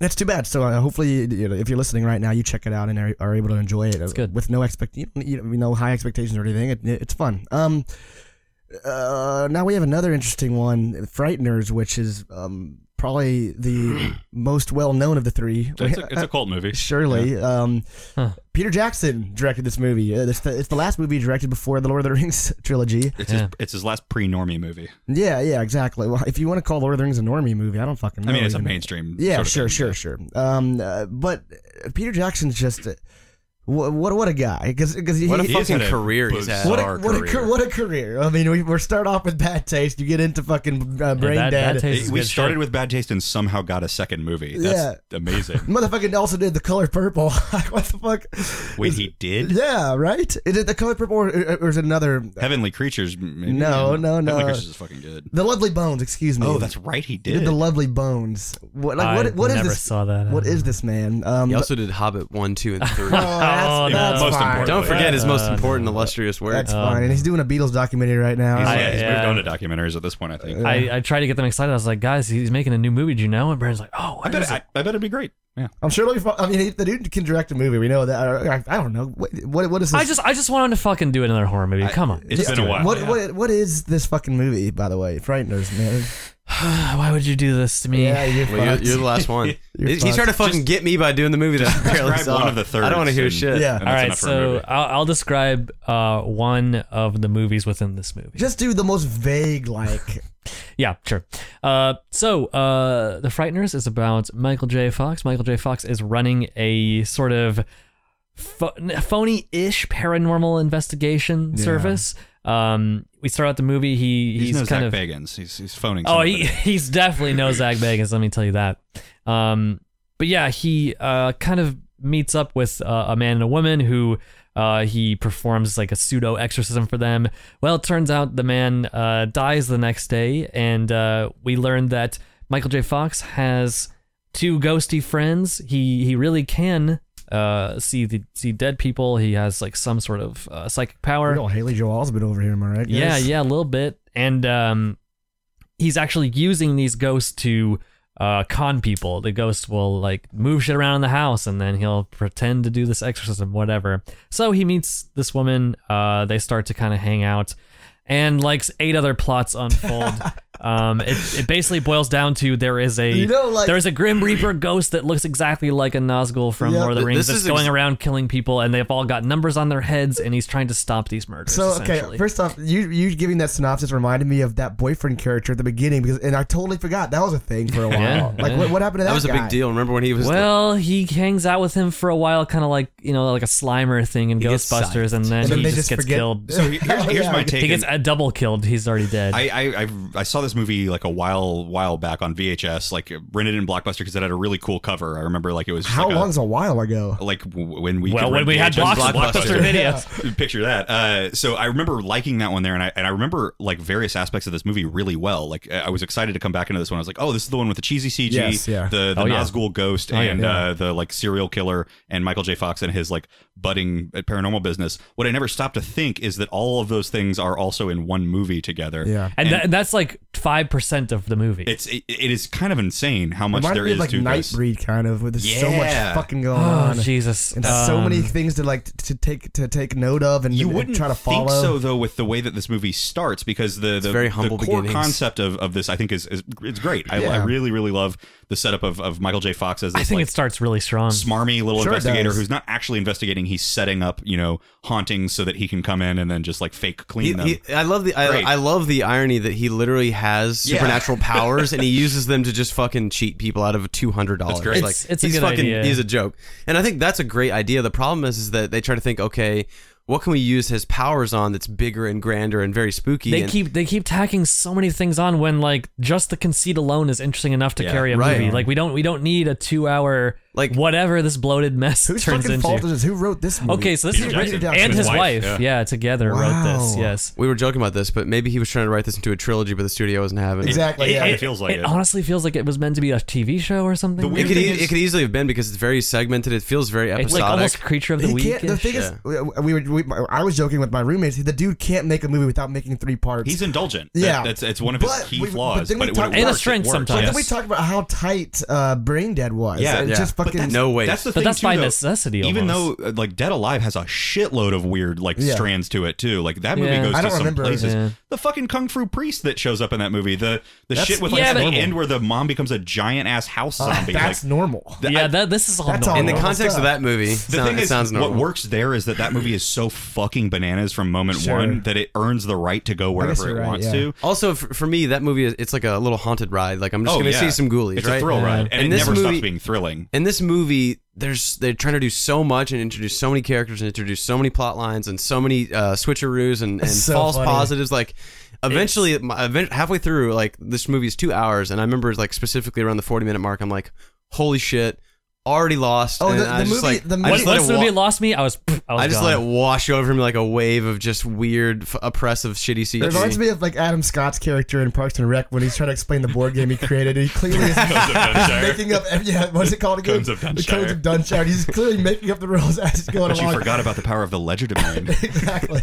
Speaker 1: that's too bad. So uh, hopefully, you know, if you're listening right now, you check it out and are, are able to enjoy it. It's
Speaker 4: good.
Speaker 1: with no expect, you don't- you know, no high expectations or anything. It, it's fun. Um, uh, now we have another interesting one, Frighteners, which is um probably the
Speaker 2: [clears throat]
Speaker 1: most well known of the three.
Speaker 2: It's a, it's a cult movie.
Speaker 1: Surely, um,
Speaker 4: Huh.
Speaker 1: Peter Jackson directed this movie. Uh, it's, the, it's the last movie directed before the Lord of the Rings [laughs] trilogy.
Speaker 2: It's
Speaker 4: Yeah.
Speaker 2: his it's his last pre-normie movie.
Speaker 1: Yeah, yeah, exactly. Well, if you want to call Lord of the Rings a normie movie, I don't fucking know.
Speaker 2: I mean, it's a
Speaker 1: even.
Speaker 2: mainstream.
Speaker 1: Yeah,
Speaker 2: sort of
Speaker 1: sure,
Speaker 2: thing.
Speaker 1: sure, sure. Um, uh, but Peter Jackson's just uh, wh- what what a guy because because he.
Speaker 3: What a
Speaker 2: He has
Speaker 3: fucking
Speaker 2: had a
Speaker 3: career he's had.
Speaker 1: what a,
Speaker 2: bizarre
Speaker 1: what, a,
Speaker 2: career.
Speaker 1: ca- what a career! I mean, we we start off with bad taste. You get into fucking uh, brain
Speaker 4: that- that
Speaker 1: dead.
Speaker 4: taste-
Speaker 2: It- we
Speaker 4: Good
Speaker 2: started
Speaker 4: shit.
Speaker 2: with bad taste and somehow got a second movie. That's amazing.
Speaker 1: [laughs] Motherfucking also did the color purple. [laughs] Like, what the fuck?
Speaker 2: Wait,
Speaker 1: Is-
Speaker 2: he did?
Speaker 1: Yeah, right. Is it the color purple or, or is it another?
Speaker 2: Heavenly Creatures? Maybe,
Speaker 1: No, no,
Speaker 2: yeah.
Speaker 1: no.
Speaker 2: Heavenly Creatures is fucking good.
Speaker 1: The Lovely Bones. Excuse me.
Speaker 2: Oh, that's right, he
Speaker 1: He did
Speaker 2: did.
Speaker 1: the Lovely Bones. What like
Speaker 4: I
Speaker 1: what what is
Speaker 4: never
Speaker 1: this?
Speaker 4: saw that.
Speaker 1: What is this man? Um,
Speaker 3: He also did Hobbit one, two, and
Speaker 1: [laughs]
Speaker 3: three.
Speaker 1: oh, that's,
Speaker 4: [laughs] Oh, no.
Speaker 1: that's
Speaker 2: Most
Speaker 1: fine.
Speaker 2: important.
Speaker 3: Don't forget his most
Speaker 4: Uh,
Speaker 3: important illustrious work. Uh,
Speaker 1: That's
Speaker 4: Um,
Speaker 1: fine. And he's doing a Beatles documentary right now.
Speaker 2: He's,
Speaker 4: I-
Speaker 2: yeah, he's
Speaker 4: yeah.
Speaker 2: moved on to documentaries at this point, I think.
Speaker 4: I, I tried to get them excited. I was like, "Guys, he's making a new movie. Do you know?" And Brandon's like,
Speaker 2: I
Speaker 4: "Oh, what
Speaker 2: bet
Speaker 4: is
Speaker 2: I,
Speaker 4: it?"
Speaker 2: I bet it'd be great. Yeah.
Speaker 1: I'm sure it'll be fun. I mean, the dude can direct a movie. We know that. I, I- I don't know. What, what, what is this?
Speaker 4: I just I just want him to fucking do another horror movie.
Speaker 2: I- [sighs]
Speaker 4: Come on. [sighs]
Speaker 2: It's
Speaker 1: Just
Speaker 2: been
Speaker 1: do
Speaker 2: a
Speaker 1: it.
Speaker 2: while.
Speaker 1: What,
Speaker 2: yeah.
Speaker 1: what, what is this fucking movie, by the way? Frighteners, man.
Speaker 4: Why would you do this to me?
Speaker 1: Yeah, you're
Speaker 3: Well,
Speaker 1: fucked.
Speaker 3: you're, you're the
Speaker 2: [laughs]
Speaker 3: last one.
Speaker 1: You're
Speaker 3: He's trying to
Speaker 1: fucked.
Speaker 3: fucking get me by doing the movie that I [laughs] barely
Speaker 2: Describe
Speaker 3: saw.
Speaker 2: one of the
Speaker 3: I don't want to
Speaker 2: thirds
Speaker 3: hear
Speaker 2: and-
Speaker 3: shit.
Speaker 1: Yeah.
Speaker 2: And
Speaker 4: All
Speaker 2: that's
Speaker 4: right,
Speaker 2: enough for a
Speaker 4: so
Speaker 2: movie.
Speaker 4: I'll, I'll describe uh, one of the movies within this movie.
Speaker 1: Just do the most vague, like.
Speaker 4: Yeah, sure. Uh, so, uh, The Frighteners is about Michael J. Fox. Michael J. Fox is running a sort of pho- phony ish paranormal investigation
Speaker 1: Yeah.
Speaker 4: service. Um, we start out the movie. He
Speaker 2: he's,
Speaker 4: he's,
Speaker 2: no
Speaker 4: kind
Speaker 2: Zach
Speaker 4: of
Speaker 2: Bagans. He's, he's phoning
Speaker 4: oh
Speaker 2: somebody.
Speaker 4: [laughs] he, he's definitely no Zach Bagans. Let me tell you that. Um, but yeah, he uh, kind of meets up with uh, a man and a woman who uh, he performs like a pseudo exorcism for them. Well, it turns out the man uh, dies the next day, and uh, we learn that Michael J. Fox has two ghosty friends. He he really can uh, see the see dead people. He has like some sort of uh, psychic power.
Speaker 1: Real Haley Joel Osment over here, am I right?
Speaker 4: Yeah,
Speaker 1: guys?
Speaker 4: yeah, a little bit. And um, he's actually using these ghosts to uh, con people. The ghost will like move shit around in the house, and then he'll pretend to do this exorcism, whatever. So he meets this woman. Uh, they start to kind of hang out, and like eight other
Speaker 1: [laughs]
Speaker 4: plots unfold. um, it, it basically boils down to there is a
Speaker 1: You know, like.
Speaker 4: there is a Grim Reaper ghost that looks exactly like a Nazgul from
Speaker 1: Yeah,
Speaker 4: Lord of the
Speaker 3: th-
Speaker 4: Rings
Speaker 3: this
Speaker 4: that's
Speaker 3: is
Speaker 4: going
Speaker 3: ex-
Speaker 4: around killing people, and they've all got numbers on their heads, and he's trying to stop these murders.
Speaker 1: so okay,
Speaker 4: essentially.
Speaker 1: first off, you you giving that synopsis reminded me of that boyfriend character at the beginning because, and I totally forgot that was a thing for a while.
Speaker 4: Yeah,
Speaker 1: like
Speaker 4: yeah.
Speaker 1: what, what happened to that?
Speaker 3: That was a
Speaker 1: guy?
Speaker 3: big deal. Remember when he was
Speaker 4: Well, he hangs out with him for a while, kind of like you know, like a Slimer thing in
Speaker 3: He gets
Speaker 4: Ghostbusters, and then,
Speaker 1: And then
Speaker 4: he
Speaker 1: they just
Speaker 4: just, gets
Speaker 1: forget-
Speaker 4: [laughs] killed.
Speaker 2: So he- here's, here's
Speaker 1: Yeah,
Speaker 2: my
Speaker 1: he
Speaker 2: take.
Speaker 4: He
Speaker 2: and
Speaker 4: gets uh, double killed. He's already dead.
Speaker 2: I, I, I, I saw this movie like a while while back on VHS, like rented in Blockbuster because it had a really cool cover. I remember like it was
Speaker 1: How
Speaker 2: like a-
Speaker 1: long's a while ago?
Speaker 2: like w- when we
Speaker 4: well,
Speaker 2: could
Speaker 4: when
Speaker 2: rent
Speaker 4: we had
Speaker 2: VHS
Speaker 4: Block-
Speaker 3: Blockbuster.
Speaker 4: blockbuster
Speaker 2: [laughs]
Speaker 4: videos.
Speaker 2: picture that uh, so i remember liking that one there and I, and I remember like various aspects of this movie really well like i I was excited to come back into this one i was like oh this is the one with the cheesy cg
Speaker 1: Yes, yeah.
Speaker 2: the, the
Speaker 4: Oh, yeah.
Speaker 2: nazgul ghost
Speaker 1: yeah.
Speaker 2: and uh, the like serial killer and michael j fox and his like budding uh, paranormal business what i never stopped to think is that all of those things are also in one movie together
Speaker 1: Yeah.
Speaker 4: And, that, that's like 5% of the movie.
Speaker 2: it's it, it is kind of insane how much
Speaker 1: Reminded
Speaker 2: there
Speaker 1: me
Speaker 2: is
Speaker 1: of like
Speaker 2: to this.
Speaker 1: Nightbreed kind of, where there's so much
Speaker 2: Yeah.
Speaker 1: fucking going
Speaker 4: oh,
Speaker 1: on.
Speaker 4: Jesus.
Speaker 1: and so many
Speaker 4: Um,
Speaker 1: things to like t- to take to take note of and,
Speaker 2: you
Speaker 1: and
Speaker 2: wouldn't
Speaker 1: try to follow.
Speaker 2: think so though with the way that this movie starts because the the,
Speaker 3: very
Speaker 2: the
Speaker 3: humble
Speaker 2: core
Speaker 3: beginnings.
Speaker 2: concept of, of this I think is, is it's great. I, I
Speaker 1: Yeah.
Speaker 2: really really love the setup of, of Michael J. Fox as
Speaker 4: I
Speaker 2: this
Speaker 4: think
Speaker 2: like
Speaker 4: it starts really strong.
Speaker 2: smarmy little
Speaker 1: Sure it
Speaker 2: investigator
Speaker 1: does.
Speaker 2: who's not actually investigating. He's setting up you know hauntings so that he can come in and then just like fake clean
Speaker 3: He-
Speaker 2: them.
Speaker 3: he- I love the I,
Speaker 2: Great.
Speaker 3: I love the irony that he literally has
Speaker 2: Yeah. [laughs]
Speaker 3: supernatural powers and he uses them to just fucking cheat people out of two hundred dollars.
Speaker 2: great.
Speaker 3: Like
Speaker 4: It's- it's a
Speaker 3: he's
Speaker 4: good
Speaker 3: fucking
Speaker 4: idea.
Speaker 3: he's a joke, and I think that's a great idea. The problem is is that they try to think, okay, what can we use his powers on that's bigger and grander and very spooky?
Speaker 4: They
Speaker 3: and,
Speaker 4: keep they keep tacking so many things on when like just the conceit alone is interesting enough to
Speaker 2: Yeah,
Speaker 4: carry a
Speaker 3: right.
Speaker 4: movie. Like we don't we don't need a two hour
Speaker 3: Like-
Speaker 4: like whatever this bloated mess
Speaker 1: Whose
Speaker 4: turns
Speaker 1: fucking
Speaker 4: into.
Speaker 1: fault is this? Who wrote this movie?
Speaker 4: okay, so this
Speaker 2: Peter
Speaker 4: is
Speaker 2: Jackson.
Speaker 4: and his wife,
Speaker 2: yeah.
Speaker 4: yeah, together wrote
Speaker 1: Wow.
Speaker 4: this. Yes,
Speaker 3: we were joking about this, but maybe he was trying to write this into a trilogy, but the studio wasn't having it.
Speaker 1: exactly.
Speaker 2: it,
Speaker 1: yeah.
Speaker 2: it feels like it.
Speaker 4: it honestly feels like it was meant to be a TV show or something.
Speaker 2: The
Speaker 4: like
Speaker 3: It
Speaker 4: that.
Speaker 3: could,
Speaker 2: thing
Speaker 3: e-
Speaker 2: is-
Speaker 3: it could easily have been because it's very segmented. It feels very episodic.
Speaker 4: it's like almost creature of the
Speaker 1: He
Speaker 4: week.
Speaker 1: can't, the thing is, we, we, we, I was joking with my roommates. The dude can't make a movie without making three parts.
Speaker 2: He's indulgent. That-
Speaker 1: Yeah.
Speaker 2: that's it's one of
Speaker 1: But
Speaker 2: his key
Speaker 1: we- but
Speaker 2: flaws.
Speaker 1: then we
Speaker 2: But,
Speaker 1: talk-
Speaker 2: when
Speaker 1: And
Speaker 2: it
Speaker 1: a
Speaker 2: works, it
Speaker 4: strength
Speaker 2: works.
Speaker 4: sometimes.
Speaker 1: Then we talk about how tight uh, Brain Dead was.
Speaker 2: Yeah,
Speaker 1: It
Speaker 3: yeah.
Speaker 1: just
Speaker 2: But
Speaker 1: fucking
Speaker 2: that's-
Speaker 3: no way.
Speaker 2: That's the
Speaker 4: But
Speaker 2: thing
Speaker 4: that's
Speaker 2: too,
Speaker 4: by
Speaker 2: though.
Speaker 4: necessity
Speaker 2: Even though
Speaker 4: almost.
Speaker 2: uh, like Dead Alive has a shitload of weird like
Speaker 1: Yeah.
Speaker 2: strands to it too. Like that movie
Speaker 4: Yeah.
Speaker 2: goes
Speaker 1: I
Speaker 2: to
Speaker 1: don't
Speaker 2: some
Speaker 1: remember.
Speaker 2: places.
Speaker 4: Yeah.
Speaker 2: The fucking kung fu priest that shows up in that movie. The the
Speaker 1: That's-
Speaker 2: shit with like
Speaker 4: Yeah,
Speaker 2: at the
Speaker 4: but-
Speaker 2: end where the mom becomes a giant ass house
Speaker 1: Uh,
Speaker 2: zombie.
Speaker 1: that's
Speaker 2: like,
Speaker 1: normal.
Speaker 2: th-
Speaker 4: yeah,
Speaker 2: I-
Speaker 4: that this is all
Speaker 1: That's all
Speaker 4: normal.
Speaker 3: in the
Speaker 1: normal
Speaker 3: context
Speaker 1: stuff.
Speaker 3: of that movie.
Speaker 2: the
Speaker 3: sound-
Speaker 2: thing
Speaker 3: it
Speaker 2: is,
Speaker 3: sounds normal.
Speaker 2: what works there is that that movie is so fucking bananas from moment
Speaker 1: Sure.
Speaker 2: one that it earns the right to go wherever it
Speaker 1: you're right,
Speaker 2: wants
Speaker 1: yeah.
Speaker 2: to.
Speaker 3: Also, for, for me, that movie is it's like a little haunted ride. Like I'm just
Speaker 2: oh,
Speaker 3: gonna
Speaker 2: yeah.
Speaker 3: see some ghoulies,
Speaker 2: It's
Speaker 3: right?
Speaker 2: a thrill ride, and,
Speaker 3: And
Speaker 2: it
Speaker 3: this
Speaker 2: never
Speaker 3: movie-
Speaker 2: stops being
Speaker 3: [laughs]
Speaker 2: thrilling. [laughs]
Speaker 3: In this movie, there's they're trying to do so much and introduce so many characters and introduce so many plot lines and so many uh, switcheroos and, and
Speaker 1: so
Speaker 3: false
Speaker 1: funny.
Speaker 3: positives. Like eventually, it- my- event- halfway through, like this movie is two hours, and I remember like specifically around the 40 minute mark, I'm like, holy shit, already lost.
Speaker 1: Oh,
Speaker 3: and
Speaker 1: the-
Speaker 3: I
Speaker 1: the
Speaker 3: just,
Speaker 1: movie-
Speaker 3: like,
Speaker 1: the
Speaker 3: I
Speaker 1: movie-
Speaker 3: just let
Speaker 4: Once
Speaker 3: it
Speaker 4: the movie
Speaker 3: wa-
Speaker 4: lost me, I was. I,
Speaker 1: Oh,
Speaker 4: was
Speaker 3: I just
Speaker 4: gone.
Speaker 3: let it wash over me like a wave of just weird, f- oppressive, shitty CG.
Speaker 1: It reminds me of like Adam Scott's character in Parks and Rec when he's trying to explain the board game he created. He clearly is making up. Yeah, what's it called again?
Speaker 2: Codes of
Speaker 1: The Codes
Speaker 2: Dunshire.
Speaker 1: of Dunshire. He's clearly making up the rules as he's going
Speaker 2: But you
Speaker 1: along.
Speaker 2: forgot about the power of the ledger
Speaker 1: [laughs]
Speaker 2: domain.
Speaker 1: exactly.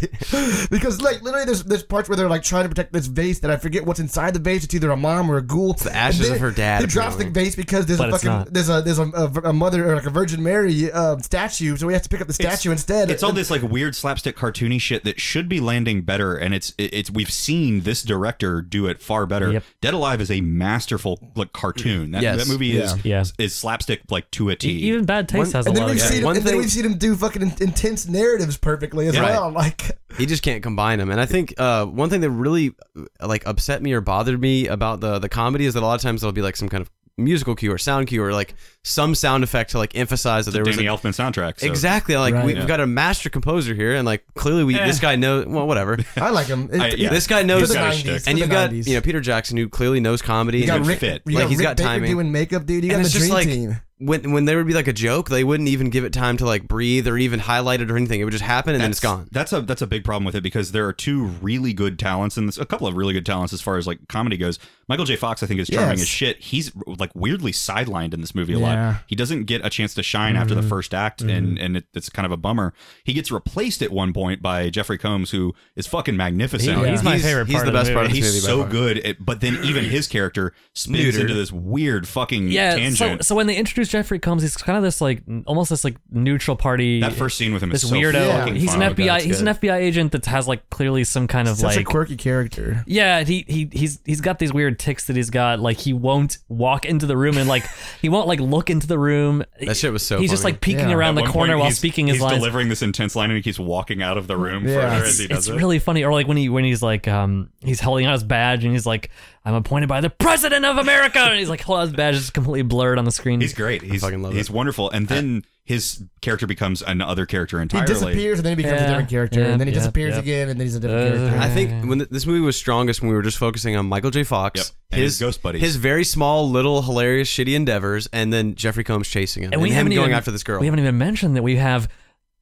Speaker 1: Because like literally, there's there's parts where they're like trying to protect this vase that I forget what's inside the vase. It's either a mom or a ghoul. It's
Speaker 3: the ashes of her dad,
Speaker 1: He drops the
Speaker 3: apparently.
Speaker 1: vase because there's
Speaker 4: But
Speaker 1: a
Speaker 4: it's
Speaker 1: fucking
Speaker 4: not.
Speaker 1: there's a there's a, a, a mother or like a Virgin Mary uh, statue, so we have to pick up the statue instead.
Speaker 2: It's all this like weird slapstick cartoony shit that should be landing better, and it's it- it's we've seen this director do it far better.
Speaker 4: Yep.
Speaker 2: Dead Alive is a masterful like cartoon. That,
Speaker 3: Yes.
Speaker 2: that movie is
Speaker 4: Yeah.
Speaker 2: is slapstick like to a T.
Speaker 4: Even bad taste
Speaker 3: One-
Speaker 4: has a
Speaker 1: And then
Speaker 4: lot of
Speaker 1: we've
Speaker 4: that.
Speaker 1: seen him,
Speaker 3: One
Speaker 1: and then
Speaker 3: thing-
Speaker 1: we've seen him do fucking in- intense narratives perfectly as
Speaker 2: Yeah.
Speaker 1: well. [laughs] Like
Speaker 3: he just can't combine them. And I think uh, one thing that really uh, like upset me or bothered me about the the comedy is that a lot of times there'll be like some kind of musical cue or sound cue or like some sound effect to like emphasize that there was
Speaker 2: Danny
Speaker 3: a,
Speaker 2: Elfman soundtrack. so-
Speaker 3: exactly like
Speaker 1: Right.
Speaker 3: we've
Speaker 2: Yeah. Eh.
Speaker 3: got a master composer here and like clearly we this guy knows well
Speaker 1: [laughs]
Speaker 3: whatever
Speaker 1: I like him. It-
Speaker 2: I- yeah.
Speaker 3: this guy
Speaker 1: For
Speaker 3: knows
Speaker 1: the
Speaker 2: got a
Speaker 1: nineties,
Speaker 2: shtick.
Speaker 3: and
Speaker 1: for
Speaker 3: you've
Speaker 1: the
Speaker 3: got
Speaker 1: 90s.
Speaker 3: you know Peter Jackson who clearly knows comedy
Speaker 1: You got
Speaker 2: good
Speaker 1: Rick,
Speaker 2: fit.
Speaker 1: you
Speaker 3: Like,
Speaker 1: got
Speaker 3: he's
Speaker 1: Rick
Speaker 3: got
Speaker 1: Baker
Speaker 3: timing.
Speaker 1: doing makeup, dude. You
Speaker 3: and
Speaker 1: got
Speaker 3: it's
Speaker 1: the
Speaker 3: just
Speaker 1: dream
Speaker 3: like
Speaker 1: team.
Speaker 3: when when there would be like a joke they wouldn't even give it time to like breathe or even highlight it or anything it would just happen and then it's gone
Speaker 2: That's a that's a big problem with it because there are two really good talents and a couple of really good talents as far as like comedy goes. Michael J. Fox, I think, is charming
Speaker 1: Yes.
Speaker 2: as shit. He's like weirdly sidelined in this movie a
Speaker 1: Yeah.
Speaker 2: lot. He doesn't get a chance to shine after the
Speaker 3: Mm-hmm.
Speaker 2: first act, and and it, it's kind of a bummer. He gets replaced at one point by Jeffrey Combs, who is fucking magnificent.
Speaker 4: He- he's my favorite
Speaker 3: he's
Speaker 4: part
Speaker 3: the
Speaker 4: of the
Speaker 3: best part of
Speaker 4: movie.
Speaker 3: this
Speaker 2: He's
Speaker 3: movie
Speaker 2: so
Speaker 3: by far.
Speaker 2: good, at, but then even his character spins
Speaker 3: Neutered.
Speaker 2: into this weird fucking
Speaker 4: Yeah, so,
Speaker 2: tangent.
Speaker 4: so when they introduce Jeffrey Combs, he's kind of this like n- almost this like neutral party.
Speaker 2: that first scene with him
Speaker 4: this
Speaker 2: is so
Speaker 4: weirdo.
Speaker 2: fucking
Speaker 4: He's an
Speaker 2: fun.
Speaker 4: FBI.
Speaker 3: that's
Speaker 4: He's an
Speaker 3: good.
Speaker 4: FBI agent that has like clearly some kind of
Speaker 1: Such a
Speaker 4: like.
Speaker 1: quirky character.
Speaker 4: yeah, he he he's he's got these weird ticks that he's got. Like he won't walk into the room and like [laughs] he won't like look into the room.
Speaker 3: That shit was so
Speaker 4: He's just
Speaker 3: funny.
Speaker 4: like peeking
Speaker 1: Yeah.
Speaker 4: around
Speaker 2: At
Speaker 4: the
Speaker 2: one
Speaker 4: corner
Speaker 2: point,
Speaker 4: while
Speaker 2: he's-
Speaker 4: speaking his
Speaker 2: he's
Speaker 4: lines.
Speaker 2: delivering this intense line and he keeps walking out of the room
Speaker 1: Yeah.
Speaker 2: further
Speaker 1: It's-
Speaker 2: as he does
Speaker 4: it's
Speaker 2: it.
Speaker 4: really funny. Or like when he when he's like um he's holding out his badge and he's like I'm appointed by the president of America. And he's like, hold on, his badge is completely blurred on the screen.
Speaker 2: He's great. He's
Speaker 3: fucking love
Speaker 2: he's wonderful. And then his character becomes another character
Speaker 1: He
Speaker 2: entirely.
Speaker 1: disappears and then he becomes
Speaker 4: Yeah,
Speaker 1: a different character,
Speaker 4: yep,
Speaker 1: and then he
Speaker 4: yep,
Speaker 1: disappears
Speaker 4: yep.
Speaker 1: again, and then he's a different
Speaker 4: Uh,
Speaker 1: character.
Speaker 3: I think when th- this movie was strongest when we were just focusing on Michael J. Fox,
Speaker 2: Yep, and his ghost buddies.
Speaker 3: his very small, little, hilarious, shitty endeavors, and then Jeffrey Combs chasing him and, him going after this girl.
Speaker 4: We haven't even mentioned that we have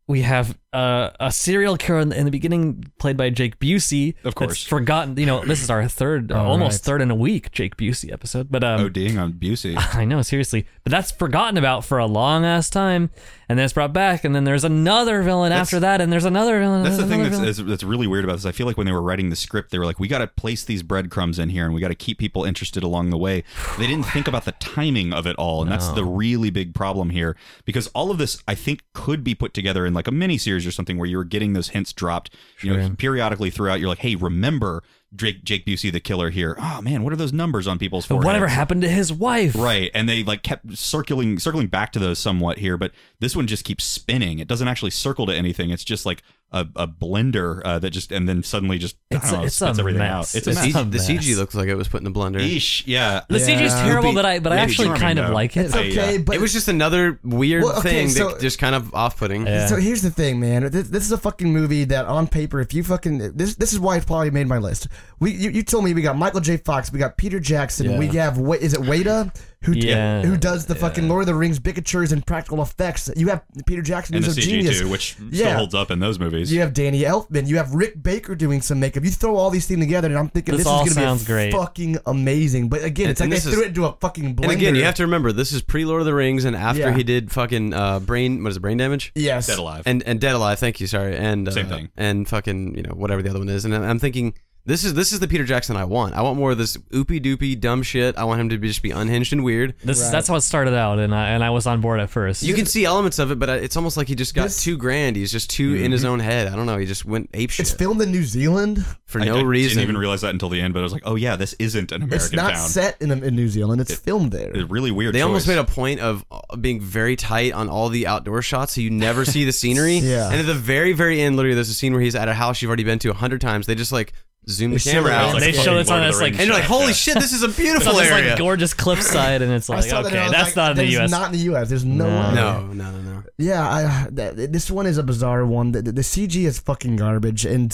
Speaker 4: we have uh, a serial killer in the, in the beginning played by Jake Busey.
Speaker 2: Of course.
Speaker 4: that's forgotten. You know, this is our third, uh,
Speaker 1: All
Speaker 4: almost
Speaker 1: right.
Speaker 4: third in a week Jake Busey episode. But um,
Speaker 2: ODing on Busey.
Speaker 4: I know, seriously. But that's forgotten about for a long ass time, and then it's brought back, and then there's another villain
Speaker 2: That's-
Speaker 4: after that, and there's another villain.
Speaker 2: That's
Speaker 4: and
Speaker 2: the thing
Speaker 4: another
Speaker 2: that's,
Speaker 4: villain.
Speaker 2: that's that's really weird about this. I feel like when they were writing the script, they were like, "We got to place these breadcrumbs in here, and we got to keep people interested along the way." They didn't think about the timing of it all, and that's the really big problem here. Because all of this, I think, could be put together in like a mini series or something where you were getting those hints dropped, you know, periodically throughout. You're like, "Hey, remember Jake Jake Busey, the killer here? Oh man, what are those numbers on people's
Speaker 4: But
Speaker 2: foreheads?"
Speaker 4: whatever happened to his wife?
Speaker 2: Right, and they like kept circling circling back to those somewhat here, but this one just keeps spinning. It doesn't actually circle to anything. It's just like a, a blender uh, that just and then suddenly just I
Speaker 4: It's-
Speaker 2: don't know,
Speaker 4: it's
Speaker 2: spits
Speaker 4: a
Speaker 2: everything
Speaker 4: mess.
Speaker 2: out. It's
Speaker 3: the,
Speaker 2: a
Speaker 4: It's
Speaker 2: mess.
Speaker 4: a
Speaker 3: CG, the CG
Speaker 4: mess.
Speaker 3: looks like it was put in the blender.
Speaker 2: Eesh, yeah.
Speaker 4: The CG is
Speaker 1: Yeah.
Speaker 4: terrible,
Speaker 2: Goopy-
Speaker 4: but I but I
Speaker 2: maybe
Speaker 4: actually
Speaker 2: charming,
Speaker 4: kind of
Speaker 2: though.
Speaker 4: like it.
Speaker 1: it's
Speaker 2: I-
Speaker 1: okay,
Speaker 2: yeah.
Speaker 1: but
Speaker 3: it was just another weird
Speaker 1: Well, okay,
Speaker 3: thing
Speaker 1: so-
Speaker 3: that just kind of off-putting.
Speaker 4: Yeah.
Speaker 1: So here's the thing, man. This, this is a fucking movie that, on paper, if you fucking this, this is why it probably made my list. We you, you told me we got Michael J. Fox, we got Peter Jackson, we have Wa- is it Wada who
Speaker 4: Yeah,
Speaker 1: who does the fucking Lord of the Rings caricatures and practical effects. You have Peter Jackson,
Speaker 2: and the
Speaker 1: who's a
Speaker 2: CG
Speaker 1: genius.
Speaker 2: too, which still
Speaker 1: Yeah.
Speaker 2: holds up in those movies.
Speaker 1: You have Danny Elfman. You have Rick Baker doing some makeup. You throw all these things together, and I'm thinking
Speaker 4: This
Speaker 1: this,
Speaker 4: all
Speaker 1: is going
Speaker 4: sounds
Speaker 1: to be
Speaker 4: great.
Speaker 1: fucking amazing. But again,
Speaker 3: And-
Speaker 1: it's like
Speaker 3: and
Speaker 1: they
Speaker 3: this is-
Speaker 1: threw it into a fucking blender.
Speaker 3: And again, you have to remember this is pre Lord of the Rings, and after
Speaker 1: Yeah.
Speaker 3: he did fucking uh, brain, what is it, brain damage?
Speaker 1: yes,
Speaker 2: Dead Alive.
Speaker 3: And and Dead Alive, thank you, sorry, and uh,
Speaker 2: Same thing.
Speaker 3: and fucking you know whatever the other one is, and I'm- I'm thinking this is this is the Peter Jackson I want. I want more of this oopy doopy dumb shit. I want him to be, just be unhinged and weird.
Speaker 4: This that's how it started out, and I and I was on board at first.
Speaker 3: You can see elements of it, but I- it's almost like he just got
Speaker 1: This-
Speaker 3: too grand. He's just too in his own head. I don't know. He just went ape shit
Speaker 1: It's filmed in New Zealand.
Speaker 3: for
Speaker 2: I-
Speaker 3: no
Speaker 2: I
Speaker 3: reason.
Speaker 2: Didn't even realize that until the end, but I was like, "Oh yeah, this isn't an American
Speaker 1: It's not
Speaker 2: town."
Speaker 1: set in, in New Zealand. It's filmed there.
Speaker 2: It's really weird.
Speaker 3: They
Speaker 2: choice.
Speaker 3: almost made a point of uh, being very tight on all the outdoor shots, so you never see the scenery.
Speaker 1: Yeah.
Speaker 3: And at the very, very end, literally, there's a scene where he's at a house you've already been to a hundred times. They just like zoom the
Speaker 1: They show
Speaker 3: camera
Speaker 1: it
Speaker 3: out,
Speaker 1: out.
Speaker 2: It's
Speaker 4: They
Speaker 2: a
Speaker 4: show
Speaker 2: fucking
Speaker 4: this on
Speaker 2: oh, Lord of
Speaker 4: us,
Speaker 2: the
Speaker 4: like-
Speaker 2: Rings
Speaker 3: and you're
Speaker 4: [laughs]
Speaker 3: like,
Speaker 2: shot,
Speaker 3: "Holy
Speaker 2: yeah.
Speaker 3: shit, this is a
Speaker 4: it's on
Speaker 3: beautiful
Speaker 4: this
Speaker 3: area."
Speaker 4: like gorgeous cliffside, and it's
Speaker 1: I
Speaker 4: like
Speaker 1: saw that and I
Speaker 4: okay,
Speaker 1: was like,
Speaker 4: that's not in
Speaker 1: that
Speaker 4: the
Speaker 1: is
Speaker 4: U.S.
Speaker 1: Not in the U.S. There's no.
Speaker 4: No.
Speaker 1: way.
Speaker 3: no, no, no, no.
Speaker 1: Yeah, I, th- this one is a bizarre one. The, the CG is fucking garbage, and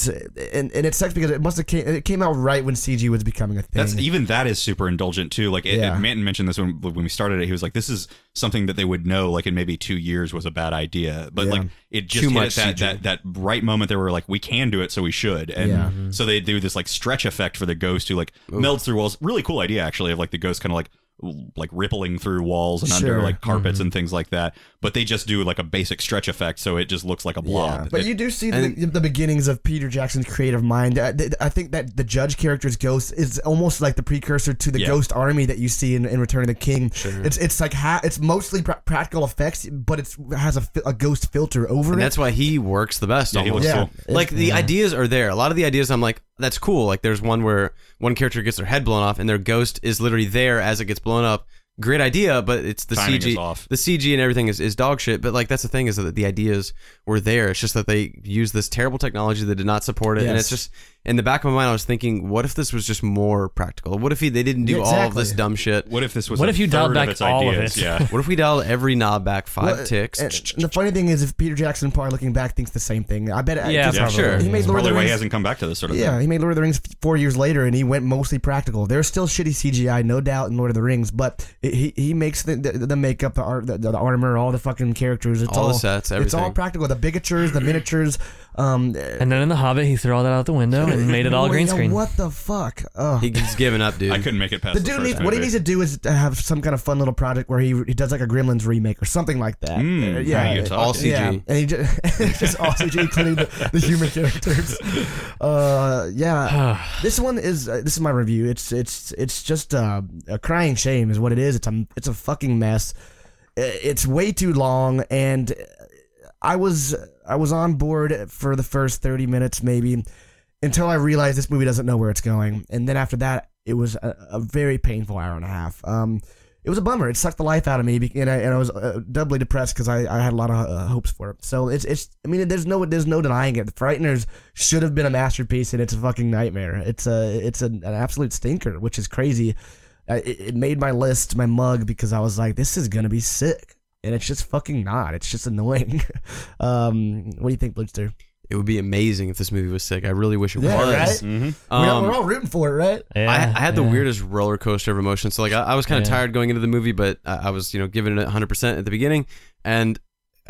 Speaker 1: and, and it sucks because it must have came, it came out right when CG was becoming a thing.
Speaker 2: That's even that is super indulgent too. Like it,
Speaker 1: Yeah.
Speaker 2: it- Manton mentioned this when when we started it. He was like, "This is something that they would know, like in maybe two years, was a bad idea." But
Speaker 1: Yeah.
Speaker 2: like it just
Speaker 3: Too
Speaker 2: hit
Speaker 3: much
Speaker 2: at
Speaker 3: CG.
Speaker 2: that, that that right moment they were like, "We can do it, so we should." And
Speaker 1: Yeah.
Speaker 4: Mm-hmm.
Speaker 2: so they do this like stretch effect for the ghost who like melds through walls. Really cool idea actually of like the ghost kind of like like rippling through walls and
Speaker 1: Sure.
Speaker 2: under like carpets
Speaker 4: Mm-hmm.
Speaker 2: and things like that. But they just do like a basic stretch effect, so it just looks like a blob.
Speaker 1: Yeah, but
Speaker 2: It-
Speaker 1: you do see the, the beginnings of Peter Jackson's creative mind. I, th- I think that the judge character's ghost is almost like the precursor to the
Speaker 2: Yeah.
Speaker 1: ghost army that you see in, in Return of the King. It's it's like ha- it's mostly pra- practical effects, but it's has a, fi- a ghost filter over
Speaker 3: And
Speaker 1: it.
Speaker 3: that's why he works the best.
Speaker 2: Yeah, he
Speaker 3: almost.
Speaker 2: looks
Speaker 1: Yeah.
Speaker 2: cool.
Speaker 3: like the ideas are there. A lot of the ideas I'm like, that's cool. Like there's one where one character gets their head blown off and their ghost is literally there as it gets blown up. Great idea, but it's the
Speaker 2: Timing
Speaker 3: CG.
Speaker 2: is off.
Speaker 3: The CG and everything is, is dog shit. But like that's the thing is that the ideas were there. It's just that they used this terrible technology that did not support it. And
Speaker 1: Yes.
Speaker 3: it's just in the back of my mind, I was thinking, what if this was just more practical? What if he, they didn't do all of this
Speaker 1: Exactly.
Speaker 3: dumb shit?
Speaker 2: What if this was? a
Speaker 4: What if you dialed
Speaker 2: third
Speaker 4: back
Speaker 2: of its
Speaker 4: all of
Speaker 2: ideas?
Speaker 4: it?
Speaker 1: [laughs]
Speaker 2: Yeah.
Speaker 3: What if we dialed every knob back five
Speaker 1: Well,
Speaker 3: ticks?
Speaker 1: and the funny thing is, if Peter Jackson probably looking back thinks the same thing, I bet.
Speaker 4: Yeah,
Speaker 1: because
Speaker 3: probably.
Speaker 1: He made Lord of
Speaker 2: Probably
Speaker 1: the
Speaker 2: why he
Speaker 1: Rings
Speaker 2: hasn't come back to this sort of thing.
Speaker 1: Yeah, he made Lord of the Rings f- four years later, and he went mostly practical. There's still shitty CGI, no doubt, in Lord of the Rings, but it- he he makes the the, the makeup, the art, the, the armor, all the fucking characters. It's
Speaker 3: All
Speaker 1: all,
Speaker 3: the sets,
Speaker 1: It's all
Speaker 3: everything.
Speaker 1: practical. The bigatures, the miniatures. Um, eh,
Speaker 4: And then in The Hobbit, he threw all that out the window and made it all
Speaker 1: boy,
Speaker 4: green
Speaker 1: yo,
Speaker 4: screen.
Speaker 1: What the fuck? Ugh.
Speaker 3: He's giving up, dude.
Speaker 2: I couldn't make it past
Speaker 1: the
Speaker 2: the,
Speaker 1: dude
Speaker 2: first
Speaker 1: needs what he
Speaker 2: movie.
Speaker 1: needs to do is to have some kind of fun little project where he, he does like a Gremlins remake or something like that.
Speaker 2: Mm,
Speaker 1: Uh,
Speaker 2: now
Speaker 1: yeah,
Speaker 2: you
Speaker 1: it-
Speaker 2: talk.
Speaker 3: all
Speaker 2: to
Speaker 3: CG.
Speaker 2: me.
Speaker 1: Yeah, and he just, [laughs] just all CG, including the, the human
Speaker 2: [laughs]
Speaker 1: characters. Uh,
Speaker 2: [sighs]
Speaker 1: yeah, this one is uh, this is my review. It's it's it's just uh, a crying shame is what it is. It's a it's a fucking mess. I- It's way too long, and I was I was on board for the first thirty minutes maybe, until I realized this movie doesn't know where it's going, and then after that it was a, a very painful hour and a half. Um, it it was a bummer. It sucked the life out of me, be- and I, and I was uh, doubly depressed because I, I had a lot of uh, hopes for it. So it's it's I mean there's no there's no denying it. The Frighteners should have been a masterpiece, and it's a fucking nightmare. It's a it's an, an absolute stinker, which is crazy. I, it it made my list, my mug, because I was like, this is gonna be sick, and it's just fucking not. It's just annoying. [laughs] um, what do you think, Blitzster?
Speaker 3: It would be amazing if this movie was sick. I really wish it
Speaker 1: Yeah,
Speaker 3: was.
Speaker 1: right?
Speaker 2: Mm-hmm.
Speaker 1: we're, all,
Speaker 3: Um,
Speaker 1: we're all rooting for it, right?
Speaker 4: Mm. Yeah,
Speaker 3: I, I had the
Speaker 4: yeah.
Speaker 3: weirdest roller coaster of emotions. So like I, I was kind of
Speaker 4: Yeah.
Speaker 3: tired going into the movie, but I, I was you know giving it 100 percent at the beginning, and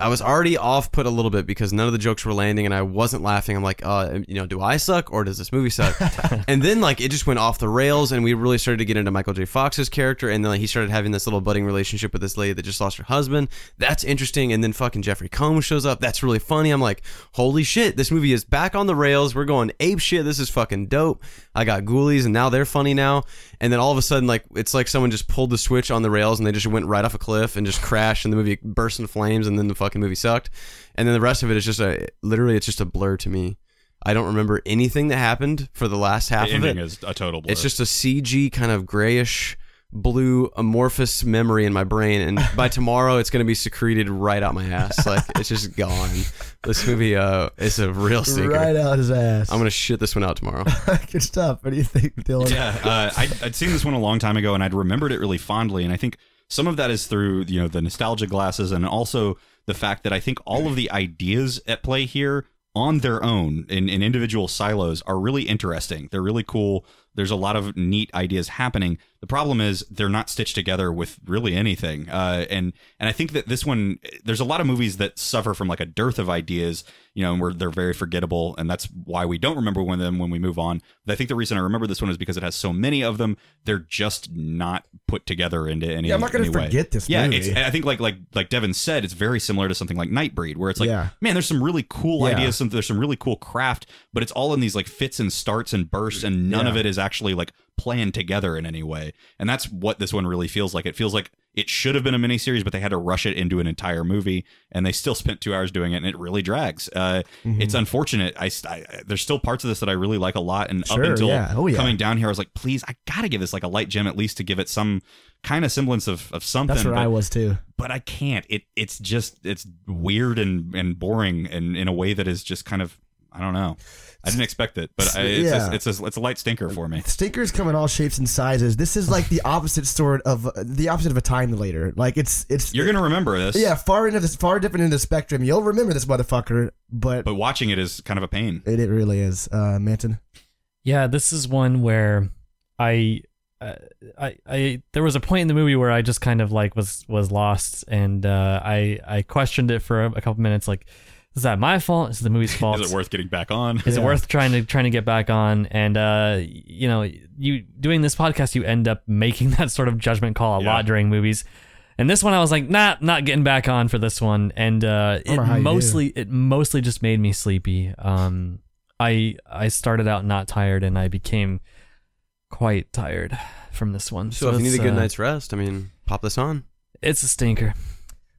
Speaker 3: I was already off put a little bit because none of the jokes were landing, and I wasn't laughing. I'm like, uh, you know, do I suck or does this movie suck?
Speaker 4: [laughs]
Speaker 3: [laughs] and then like it just went off the rails, and we really started to get into Michael J. Fox's character, and then like, he started having this little budding relationship with this lady that just lost her husband. That's interesting. And then fucking Jeffrey Combs shows up. That's really funny. I'm like, holy shit, this movie is back on the rails. We're going ape shit. This is fucking dope. I got ghoulies and now they're funny now. And then all of a sudden, like it's like someone just pulled the switch on the rails and they just went right off a cliff and just crashed and the movie burst into flames and then the fucking movie sucked. And then the rest of it is just a literally it's just a blur to me. I don't remember anything that happened for the last half
Speaker 2: The
Speaker 3: of it.
Speaker 2: ending is a total blur.
Speaker 3: It's just a CG kind of grayish blue amorphous memory in my brain and by tomorrow it's going to be secreted right out my ass like it's just gone this movie uh is a real stinker
Speaker 1: Right out his ass.
Speaker 3: i'm going to shit this one out tomorrow
Speaker 1: [laughs] Good stuff. What do you think, Dylan?
Speaker 2: yeah, uh, I'd, I'd seen this one a long time ago, and I'd remembered it really fondly. And I think some of that is through you know the nostalgia glasses, and also the fact that I think all of the ideas at play here on their own in, in individual silos are really interesting. They're really cool. There's a lot of neat ideas happening. The problem is they're not stitched together with really anything. Uh, and and I think that this one, there's a lot of movies that suffer from like a dearth of ideas, you know, and where they're very forgettable, and that's why we don't remember one of them when we move on. But I think the reason I remember this one is because it has so many of them. They're just not put together into any.
Speaker 1: Yeah, I'm not
Speaker 2: any
Speaker 1: gonna
Speaker 2: way.
Speaker 1: forget this
Speaker 2: Yeah,
Speaker 1: movie.
Speaker 2: it's, I think like like like Devin said, it's very similar to something like Nightbreed, where it's like,
Speaker 1: Yeah.
Speaker 2: man, there's some really cool
Speaker 1: Yeah.
Speaker 2: ideas, some there's some really cool craft, but it's all in these like fits and starts and bursts, and none of
Speaker 1: Yeah.
Speaker 2: it is actually like planned together in any way. And that's what this one really feels like. It feels like it should have been a miniseries, but they had to rush it into an entire movie, and they still spent two hours doing it, and it really drags. Uh,
Speaker 1: Mm-hmm.
Speaker 2: It's unfortunate. I, st- I- there's still parts of this that I really like a lot, and
Speaker 1: Sure,
Speaker 2: up until
Speaker 1: yeah. Oh, yeah.
Speaker 2: coming down here, I was like, please, I gotta give this like a light gem at least to give it some kind of semblance of, of something.
Speaker 1: That's where
Speaker 2: but-
Speaker 1: I was too.
Speaker 2: but I can't. It it's just it's weird and and boring and in a way that is just kind of I don't know. I didn't expect it, but I, it's
Speaker 1: Yeah.
Speaker 2: a, it's a, it's a light stinker for me.
Speaker 1: Stinkers come in all shapes and sizes. This is like the opposite sort of the opposite of a time later. Like it's it's
Speaker 2: You're gonna remember this,
Speaker 1: yeah far into this far different into the spectrum. You'll remember this motherfucker, but,
Speaker 2: But watching it is kind of a pain.
Speaker 1: it, it really is uh, Manton.
Speaker 4: Yeah, this is one where I, uh, I, I, there was a point in the movie where I just kind of like was was lost, and uh, I I questioned it for a, a couple minutes. Like, is that my fault? Is it the movie's fault?
Speaker 2: Is it worth getting back on?
Speaker 4: Is
Speaker 1: Yeah.
Speaker 4: it worth trying to trying to get back on? And uh, you know, you doing this podcast, you end up making [laughs] that sort of judgment call a
Speaker 2: Yeah.
Speaker 4: lot during movies. And this one, I was like, nah, not getting back on for this one. And uh,
Speaker 1: I don't know how you
Speaker 4: it
Speaker 1: do.
Speaker 4: mostly it mostly just made me sleepy. Um, I I started out not tired, and I became quite tired from this one.
Speaker 3: so, if you need
Speaker 4: it's,
Speaker 3: a good
Speaker 4: uh,
Speaker 3: night's rest i mean pop this on
Speaker 4: it's a stinker.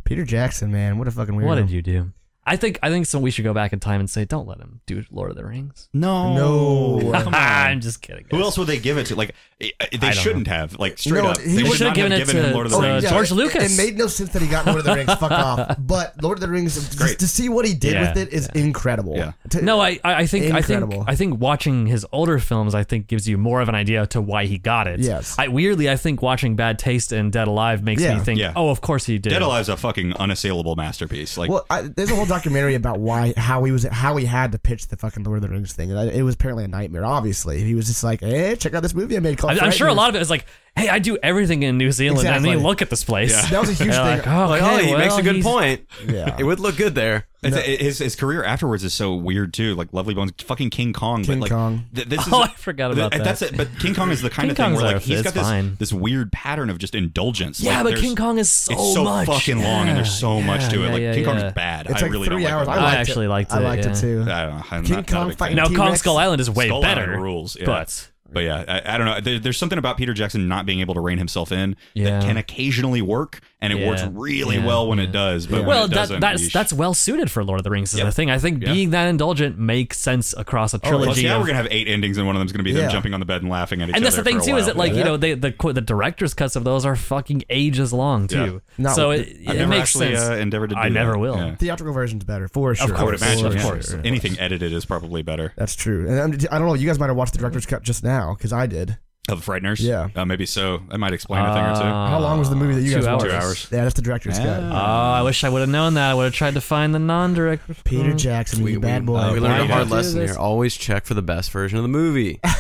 Speaker 1: Peter Jackson, man, what a fucking weirdo.
Speaker 4: What did you do? I think I think so. We should go back in time and say, don't let him do Lord of the Rings.
Speaker 2: No,
Speaker 1: No.
Speaker 2: Come
Speaker 4: [laughs] I'm
Speaker 2: on.
Speaker 4: just kidding.
Speaker 2: Who
Speaker 4: guys.
Speaker 2: else would they give it to? Like eh, eh,
Speaker 4: I
Speaker 2: they
Speaker 4: don't
Speaker 2: shouldn't have. Like straight
Speaker 1: No,
Speaker 2: up,
Speaker 1: he
Speaker 2: they
Speaker 1: would've
Speaker 2: should not
Speaker 4: given
Speaker 2: have
Speaker 4: it
Speaker 2: given
Speaker 4: to-
Speaker 2: him Lord of the
Speaker 4: Oh,
Speaker 2: Rings.
Speaker 4: yeah. George
Speaker 1: it,
Speaker 4: Lucas.
Speaker 1: It made no sense that he got Lord of the Rings. Fuck off. But Lord of the Rings,
Speaker 2: great.
Speaker 1: just to see what he did
Speaker 4: Yeah,
Speaker 1: with it is incredible.
Speaker 2: Yeah.
Speaker 1: To-
Speaker 4: No, I I I think I
Speaker 1: Incredible.
Speaker 4: think I think watching his older films I think gives you more of an idea to why he got it.
Speaker 1: Yes.
Speaker 4: I weirdly I think watching Bad Taste and Dead Alive makes
Speaker 1: Yeah.
Speaker 4: me think,
Speaker 2: Yeah.
Speaker 4: oh, of course he did.
Speaker 2: Dead Alive's a fucking unassailable masterpiece. Like
Speaker 1: Well, I, there's a whole documentary about why how he was how he had to pitch the fucking Lord of the Rings thing. And I- It was apparently a nightmare. Obviously, he was just like, "Hey, check out this movie I made called."
Speaker 4: I, am sure a
Speaker 1: Frighteners."
Speaker 4: lot of it is like, hey, I do everything in New Zealand
Speaker 1: Exactly.
Speaker 4: and then look at this place.
Speaker 1: That was a
Speaker 4: [laughs]
Speaker 1: huge
Speaker 4: They're
Speaker 1: thing.
Speaker 4: like, oh,
Speaker 3: like
Speaker 4: okay,
Speaker 3: oh he makes
Speaker 4: well,
Speaker 3: a good
Speaker 4: he's-
Speaker 3: point
Speaker 1: Yeah.
Speaker 3: it would look good there
Speaker 2: It's, his his career afterwards is so weird too. Like Lovely Bones, fucking King Kong.
Speaker 1: King
Speaker 2: but like,
Speaker 1: Kong.
Speaker 2: th- this is
Speaker 4: Oh, I forgot about
Speaker 2: th-
Speaker 4: that.
Speaker 2: That's it. But King Kong is the kind
Speaker 4: King
Speaker 2: of thing
Speaker 4: Kong's
Speaker 2: where
Speaker 4: are-
Speaker 2: like he's
Speaker 4: it's
Speaker 2: got this
Speaker 4: fine.
Speaker 2: this weird pattern of just indulgence.
Speaker 4: Yeah,
Speaker 2: Like,
Speaker 4: but
Speaker 2: there's-
Speaker 4: King Kong is so,
Speaker 2: it's so
Speaker 4: much.
Speaker 2: fucking long, and there's
Speaker 4: Yeah,
Speaker 2: so much to it.
Speaker 4: yeah,
Speaker 2: Like
Speaker 4: yeah,
Speaker 2: King Kong's
Speaker 4: yeah.
Speaker 2: bad.
Speaker 1: It's
Speaker 2: I
Speaker 1: like
Speaker 2: really
Speaker 1: three
Speaker 2: don't
Speaker 1: hours.
Speaker 2: like.
Speaker 1: I
Speaker 2: It.
Speaker 1: liked
Speaker 4: actually
Speaker 1: it.
Speaker 4: liked
Speaker 1: I
Speaker 4: it,
Speaker 1: liked
Speaker 4: yeah.
Speaker 1: it too.
Speaker 2: I don't know. I'm
Speaker 1: King
Speaker 2: not,
Speaker 1: Kong
Speaker 2: not a big
Speaker 1: fighting
Speaker 2: fan.
Speaker 4: Now
Speaker 1: T-Rex.
Speaker 4: Kong Skull Island is way
Speaker 2: Skull Island
Speaker 4: better.
Speaker 2: rules, yeah.
Speaker 4: But
Speaker 2: But yeah, I, I don't know. There, there's something about Peter Jackson not being able to rein himself in
Speaker 4: Yeah.
Speaker 2: that can occasionally work, and it
Speaker 4: Yeah.
Speaker 2: works really
Speaker 4: Yeah.
Speaker 2: well when it does. But when
Speaker 4: well,
Speaker 2: it
Speaker 4: that,
Speaker 2: doesn't,
Speaker 4: that's
Speaker 2: yeesh.
Speaker 4: that's well suited for Lord of the Rings. Is
Speaker 2: Yep.
Speaker 4: the thing. I think
Speaker 2: Yeah.
Speaker 4: being that indulgent makes sense across a
Speaker 2: Oh, plus,
Speaker 4: trilogy.
Speaker 2: yeah,
Speaker 4: of-
Speaker 2: we're gonna have eight endings, and one of them's gonna be
Speaker 1: Yeah.
Speaker 2: them jumping on the bed and laughing at each
Speaker 4: and
Speaker 2: other.
Speaker 4: that's the thing
Speaker 2: for a
Speaker 4: too,
Speaker 2: while.
Speaker 4: is that like
Speaker 1: Yeah.
Speaker 4: you know they, the qu- the director's cuts of those are fucking ages long too.
Speaker 1: Yeah. Not
Speaker 4: so
Speaker 1: with
Speaker 4: it,
Speaker 2: I've
Speaker 4: it
Speaker 2: never
Speaker 4: makes
Speaker 2: actually
Speaker 4: sense.
Speaker 2: uh, endeavored to. Do
Speaker 4: I never
Speaker 2: that.
Speaker 4: will.
Speaker 2: Yeah.
Speaker 1: Theatrical version's better for sure.
Speaker 2: I would
Speaker 4: course,
Speaker 2: imagine.
Speaker 4: of
Speaker 2: yeah.
Speaker 4: course, of
Speaker 2: Anything edited is probably better.
Speaker 1: That's true. And I'm, I don't know. You guys might have watched the director's cut just now because I did.
Speaker 2: Of Frighteners?
Speaker 1: Yeah.
Speaker 2: Uh, maybe so. That might explain a thing or two.
Speaker 4: Uh,
Speaker 1: How long was the movie that you
Speaker 4: two
Speaker 1: guys
Speaker 4: hours.
Speaker 1: watched?
Speaker 2: Two hours.
Speaker 1: Yeah, that's the director's
Speaker 2: Ah.
Speaker 1: cut.
Speaker 4: Oh, I wish I would have known that. I would have tried to find the non-director.
Speaker 1: Peter Jackson, you bad boy.
Speaker 3: Uh, we learned
Speaker 2: Why
Speaker 3: a
Speaker 2: did
Speaker 3: hard
Speaker 2: I
Speaker 4: do
Speaker 3: lesson
Speaker 4: this?
Speaker 3: here. Always check for the best version of the movie.
Speaker 1: Yeah,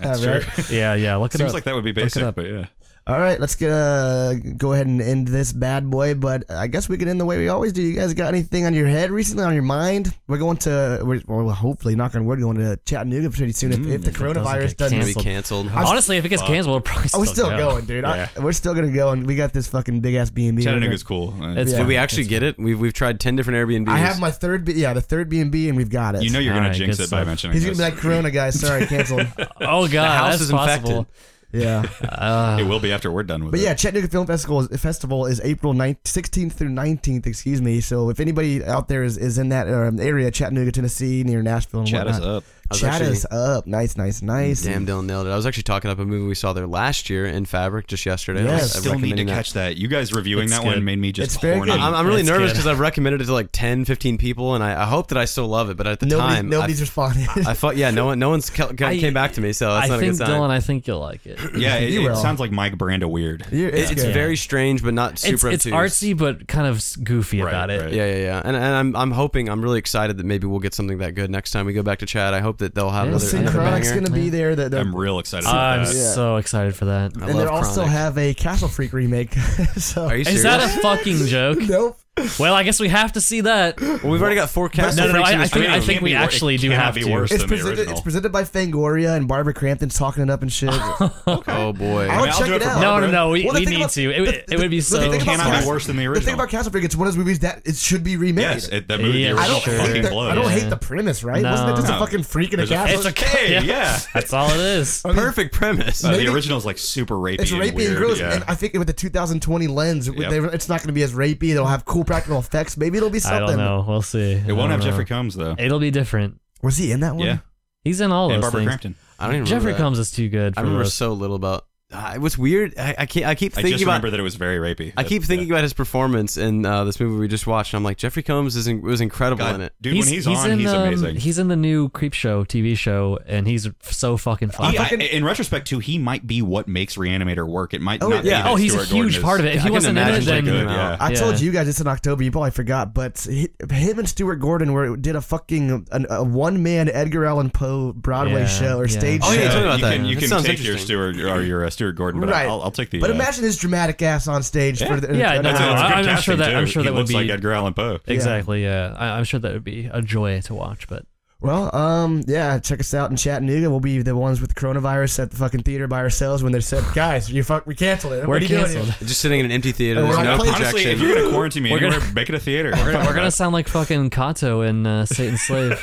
Speaker 2: That's
Speaker 1: right.
Speaker 2: [laughs] true.
Speaker 4: Yeah, yeah. Look it
Speaker 2: Seems
Speaker 4: up.
Speaker 2: like that would be
Speaker 4: it
Speaker 2: basic,
Speaker 4: up.
Speaker 2: but yeah.
Speaker 1: All right, let's get, uh, go ahead and end this bad boy. But I guess we can end the way we always do. You guys got anything on your head recently, on your mind? We're going to, we're, well, hopefully, knock on wood, going to Chattanooga pretty soon. If, if the coronavirus
Speaker 4: doesn't get
Speaker 1: doesn't,
Speaker 3: Movie
Speaker 4: Canceled.
Speaker 3: canceled.
Speaker 4: Honestly, if it gets canceled, we'll probably
Speaker 1: oh,
Speaker 4: still,
Speaker 1: we're still
Speaker 4: go.
Speaker 1: going, dude. I-
Speaker 2: Yeah.
Speaker 1: we're still gonna go, and we got this fucking big ass B and B.
Speaker 2: Chattanooga's cool. Uh,
Speaker 4: It's
Speaker 1: Yeah.
Speaker 3: Did we actually get it? We've we've tried ten different Airbnbs.
Speaker 1: I have my third, B, yeah, the third B and B, and we've got it.
Speaker 2: you know you're gonna
Speaker 4: Alright,
Speaker 2: jinx
Speaker 4: good
Speaker 2: it by
Speaker 4: stuff.
Speaker 2: mentioning
Speaker 1: he's gonna
Speaker 2: this.
Speaker 1: be like Corona guys. Sorry, canceled.
Speaker 4: [laughs] Oh god,
Speaker 3: house
Speaker 4: that's
Speaker 3: is
Speaker 4: possible.
Speaker 1: yeah,
Speaker 4: Uh,
Speaker 2: it will be after we're done with
Speaker 1: but
Speaker 2: it.
Speaker 1: yeah, Chattanooga Film Festival is, Festival is April 9th, 16th through 19th. Excuse me. So if anybody out there is, is in that um, area, Chattanooga, Tennessee, near Nashville, and
Speaker 2: Chat us
Speaker 1: whatnot,
Speaker 2: up.
Speaker 3: I was
Speaker 1: Chat
Speaker 3: actually-
Speaker 1: us up. Nice, nice, nice.
Speaker 3: Damn, Dylan nailed it. I was actually talking up a movie we saw there last year in Fabric just yesterday.
Speaker 1: Yes.
Speaker 3: I
Speaker 2: I
Speaker 3: was
Speaker 2: still need to
Speaker 3: recommending that.
Speaker 2: catch that. You guys reviewing
Speaker 4: It's
Speaker 2: that
Speaker 4: good.
Speaker 2: one made me
Speaker 1: It's
Speaker 2: just
Speaker 1: very
Speaker 2: horny.
Speaker 1: good.
Speaker 3: I'm, I'm really
Speaker 4: It's
Speaker 3: nervous
Speaker 4: good.
Speaker 3: because I've recommended it to like 10, 15 people, and I, I hope that I still love it. But at the
Speaker 1: Nobody's,
Speaker 3: time,
Speaker 1: nobody's
Speaker 3: I,
Speaker 1: responded.
Speaker 3: I thought, yeah, no one, no one's ca- ca-
Speaker 4: [laughs] I-
Speaker 3: came back to me, so that's
Speaker 4: I
Speaker 3: not a
Speaker 4: think
Speaker 3: good sign.
Speaker 4: Dylan, I think you'll like it.
Speaker 2: yeah, it,
Speaker 1: You
Speaker 2: it
Speaker 1: will.
Speaker 2: sounds like Mike Branda weird.
Speaker 1: [laughs] You're-
Speaker 3: It- it's
Speaker 1: good.
Speaker 3: very strange, but not
Speaker 4: It's,
Speaker 3: super.
Speaker 4: it's
Speaker 3: obtuse.
Speaker 4: artsy but kind of s- goofy
Speaker 2: Right,
Speaker 4: about it.
Speaker 2: right.
Speaker 3: Yeah, yeah, yeah. And, and I'm, I'm hoping, I'm really excited that maybe we'll get something that good next time we go back to chat. I hope that they'll have
Speaker 4: Yeah,
Speaker 1: We'll
Speaker 3: another,
Speaker 1: see.
Speaker 3: another
Speaker 1: Chronic's
Speaker 3: banger.
Speaker 1: gonna be
Speaker 4: Yeah.
Speaker 1: there. That
Speaker 2: I'm real excited
Speaker 4: Uh, I'm
Speaker 2: about that.
Speaker 1: Yeah.
Speaker 4: so excited for that.
Speaker 3: I
Speaker 1: and they
Speaker 3: love
Speaker 1: also
Speaker 3: Chronic.
Speaker 1: have a Castle Freak remake. [laughs] so
Speaker 3: Are you serious?
Speaker 4: Is that a fucking joke?
Speaker 2: [laughs]
Speaker 1: nope.
Speaker 4: Well, I guess we have to see that.
Speaker 3: well, we've already got four cast
Speaker 4: no, no,
Speaker 3: freaks
Speaker 4: I-
Speaker 3: in
Speaker 4: I
Speaker 3: this
Speaker 4: think-
Speaker 3: room.
Speaker 4: I think
Speaker 2: Can't
Speaker 4: we
Speaker 2: be wor-
Speaker 4: actually
Speaker 2: it
Speaker 4: do
Speaker 2: cannot
Speaker 4: have
Speaker 2: be
Speaker 4: to.
Speaker 2: worse
Speaker 1: It's
Speaker 2: than the
Speaker 1: presented,
Speaker 2: original.
Speaker 1: it's presented by Fangoria and Barbara Crampton's talking it up and
Speaker 3: [laughs]
Speaker 1: shit.
Speaker 3: Oh boy.
Speaker 1: I'll
Speaker 2: mean, I'll
Speaker 1: check
Speaker 2: do
Speaker 1: it
Speaker 2: it for
Speaker 1: out.
Speaker 4: No, no, no. We,
Speaker 1: Well, the
Speaker 4: we
Speaker 1: thing
Speaker 4: need
Speaker 1: about-
Speaker 4: to. It,
Speaker 1: the-
Speaker 4: it would be
Speaker 1: the
Speaker 4: so.
Speaker 1: thing about
Speaker 2: Cannot be
Speaker 1: Castle-
Speaker 2: worse than the
Speaker 1: The thing
Speaker 2: original.
Speaker 1: about Castle Freak, it's one of those movies that it should be remade.
Speaker 2: Yes, it, that movie,
Speaker 4: Yeah,
Speaker 2: the
Speaker 4: I
Speaker 1: I
Speaker 2: original
Speaker 1: don't,
Speaker 4: sure.
Speaker 2: fucking
Speaker 1: hate the,
Speaker 2: blows.
Speaker 1: I don't
Speaker 4: Yeah.
Speaker 1: hate the premise, right?
Speaker 4: No.
Speaker 1: Wasn't it just a
Speaker 2: No.
Speaker 1: fucking freak in a
Speaker 2: There's a-
Speaker 1: castle?
Speaker 4: it's a
Speaker 2: Hey,
Speaker 4: Yeah.
Speaker 2: yeah.
Speaker 4: That's all
Speaker 1: [laughs]
Speaker 4: it is.
Speaker 3: Perfect premise.
Speaker 2: Uh,
Speaker 1: Maybe-
Speaker 2: the original's like super rapey.
Speaker 1: It's rapey
Speaker 2: and, weird.
Speaker 1: and gross,
Speaker 2: Yeah.
Speaker 1: and I think with the 2020 lens, it would-
Speaker 2: Yep.
Speaker 1: they- it's not going to be as rapey. They'll have cool practical effects. Maybe it'll be
Speaker 4: I
Speaker 1: something.
Speaker 4: don't know. We'll see.
Speaker 2: it won't have Jeffrey Combs though.
Speaker 4: It'll be different.
Speaker 1: Was he in that one?
Speaker 2: Yeah,
Speaker 4: He's in all
Speaker 2: and
Speaker 4: those
Speaker 2: Barbara
Speaker 4: things.
Speaker 2: Crampton.
Speaker 3: I don't even remember
Speaker 4: Jeffrey
Speaker 3: that.
Speaker 4: Combs is too good. For
Speaker 3: I remember
Speaker 4: those.
Speaker 3: so little about. Uh, it was weird. I, I can't. I keep
Speaker 2: I
Speaker 3: thinking
Speaker 2: just
Speaker 3: about.
Speaker 2: remember that it was very rapey.
Speaker 3: I keep
Speaker 2: That-
Speaker 3: thinking
Speaker 2: yeah.
Speaker 3: about his performance in uh, this movie we just watched. And I'm like, Jeffrey Combs is in, was incredible
Speaker 2: God,
Speaker 3: in it.
Speaker 2: dude, when he's, on,
Speaker 4: in,
Speaker 2: he's
Speaker 4: um,
Speaker 2: amazing.
Speaker 4: He's in the new Creep Show TV show, and he's so fucking
Speaker 2: He-
Speaker 4: funny.
Speaker 2: I- in retrospect, too, he might be what makes Reanimator work. It might
Speaker 1: Oh,
Speaker 2: not.
Speaker 1: yeah.
Speaker 2: Be that
Speaker 4: oh, he's a
Speaker 2: Stuart
Speaker 4: huge
Speaker 2: Gordon is-
Speaker 4: part of it. If
Speaker 3: I
Speaker 4: he
Speaker 3: can
Speaker 4: wasn't in it,
Speaker 3: imagine
Speaker 4: then
Speaker 3: taking
Speaker 2: good.
Speaker 3: him out.
Speaker 2: Yeah.
Speaker 1: I
Speaker 4: Yeah.
Speaker 1: told you guys it's in October. You probably forgot, but he, him and Stuart Gordon were did a fucking an, a one man Edgar Allan Poe Broadway
Speaker 4: Yeah,
Speaker 1: show or
Speaker 4: yeah.
Speaker 1: stage
Speaker 3: Oh,
Speaker 1: show.
Speaker 3: yeah, tell me about
Speaker 2: you
Speaker 3: that.
Speaker 2: Can, you
Speaker 3: That
Speaker 2: can
Speaker 3: sounds
Speaker 2: take your
Speaker 3: interesting.
Speaker 2: Stuart or your uh, Stuart Gordon, but
Speaker 1: Right.
Speaker 2: I'll, I'll take the.
Speaker 1: But
Speaker 2: uh,
Speaker 1: imagine his dramatic ass on stage for the
Speaker 4: Yeah,
Speaker 1: for
Speaker 4: no,
Speaker 1: the-
Speaker 2: That's, a- that's
Speaker 4: I-
Speaker 2: good
Speaker 4: I'm sure
Speaker 2: casting,
Speaker 4: that-
Speaker 2: too.
Speaker 4: I'm sure
Speaker 2: He
Speaker 4: that would
Speaker 2: looks like
Speaker 4: be-
Speaker 2: Edgar Allan Poe.
Speaker 4: Exactly. Yeah, I, I'm sure that would be a joy to watch.
Speaker 2: [laughs]
Speaker 4: But
Speaker 1: Well, um, yeah, check us out in Chattanooga. We'll be the ones with coronavirus at the fucking theater by ourselves when they
Speaker 4: [sighs]
Speaker 1: said, "Guys, you fuck, we canceled it.
Speaker 4: we're
Speaker 1: What are you doing
Speaker 4: canceled.
Speaker 1: here?"
Speaker 3: Just sitting in an empty theater.
Speaker 1: Oh,
Speaker 3: There's
Speaker 1: we're
Speaker 3: no
Speaker 1: not playing-
Speaker 3: projection.
Speaker 2: Honestly, if you're gonna quarantine me
Speaker 4: We're gonna-
Speaker 2: anywhere, make it a theater.
Speaker 4: We're [laughs] gonna, we're gonna sound like fucking Kato in uh, Satan's
Speaker 2: [laughs]
Speaker 4: Slave.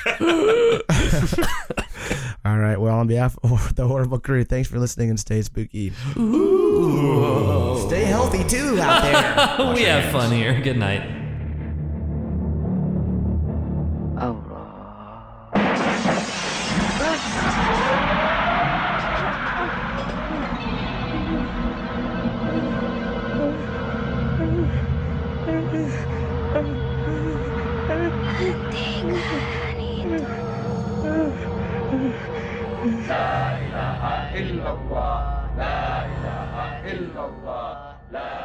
Speaker 1: All right. Well, on behalf of [laughs] the horrible crew, thanks for listening and stay spooky. Stay healthy too
Speaker 4: [laughs]
Speaker 1: out there.
Speaker 4: we have fun here. Good night.
Speaker 5: إلا الله لا إله إلا الله لا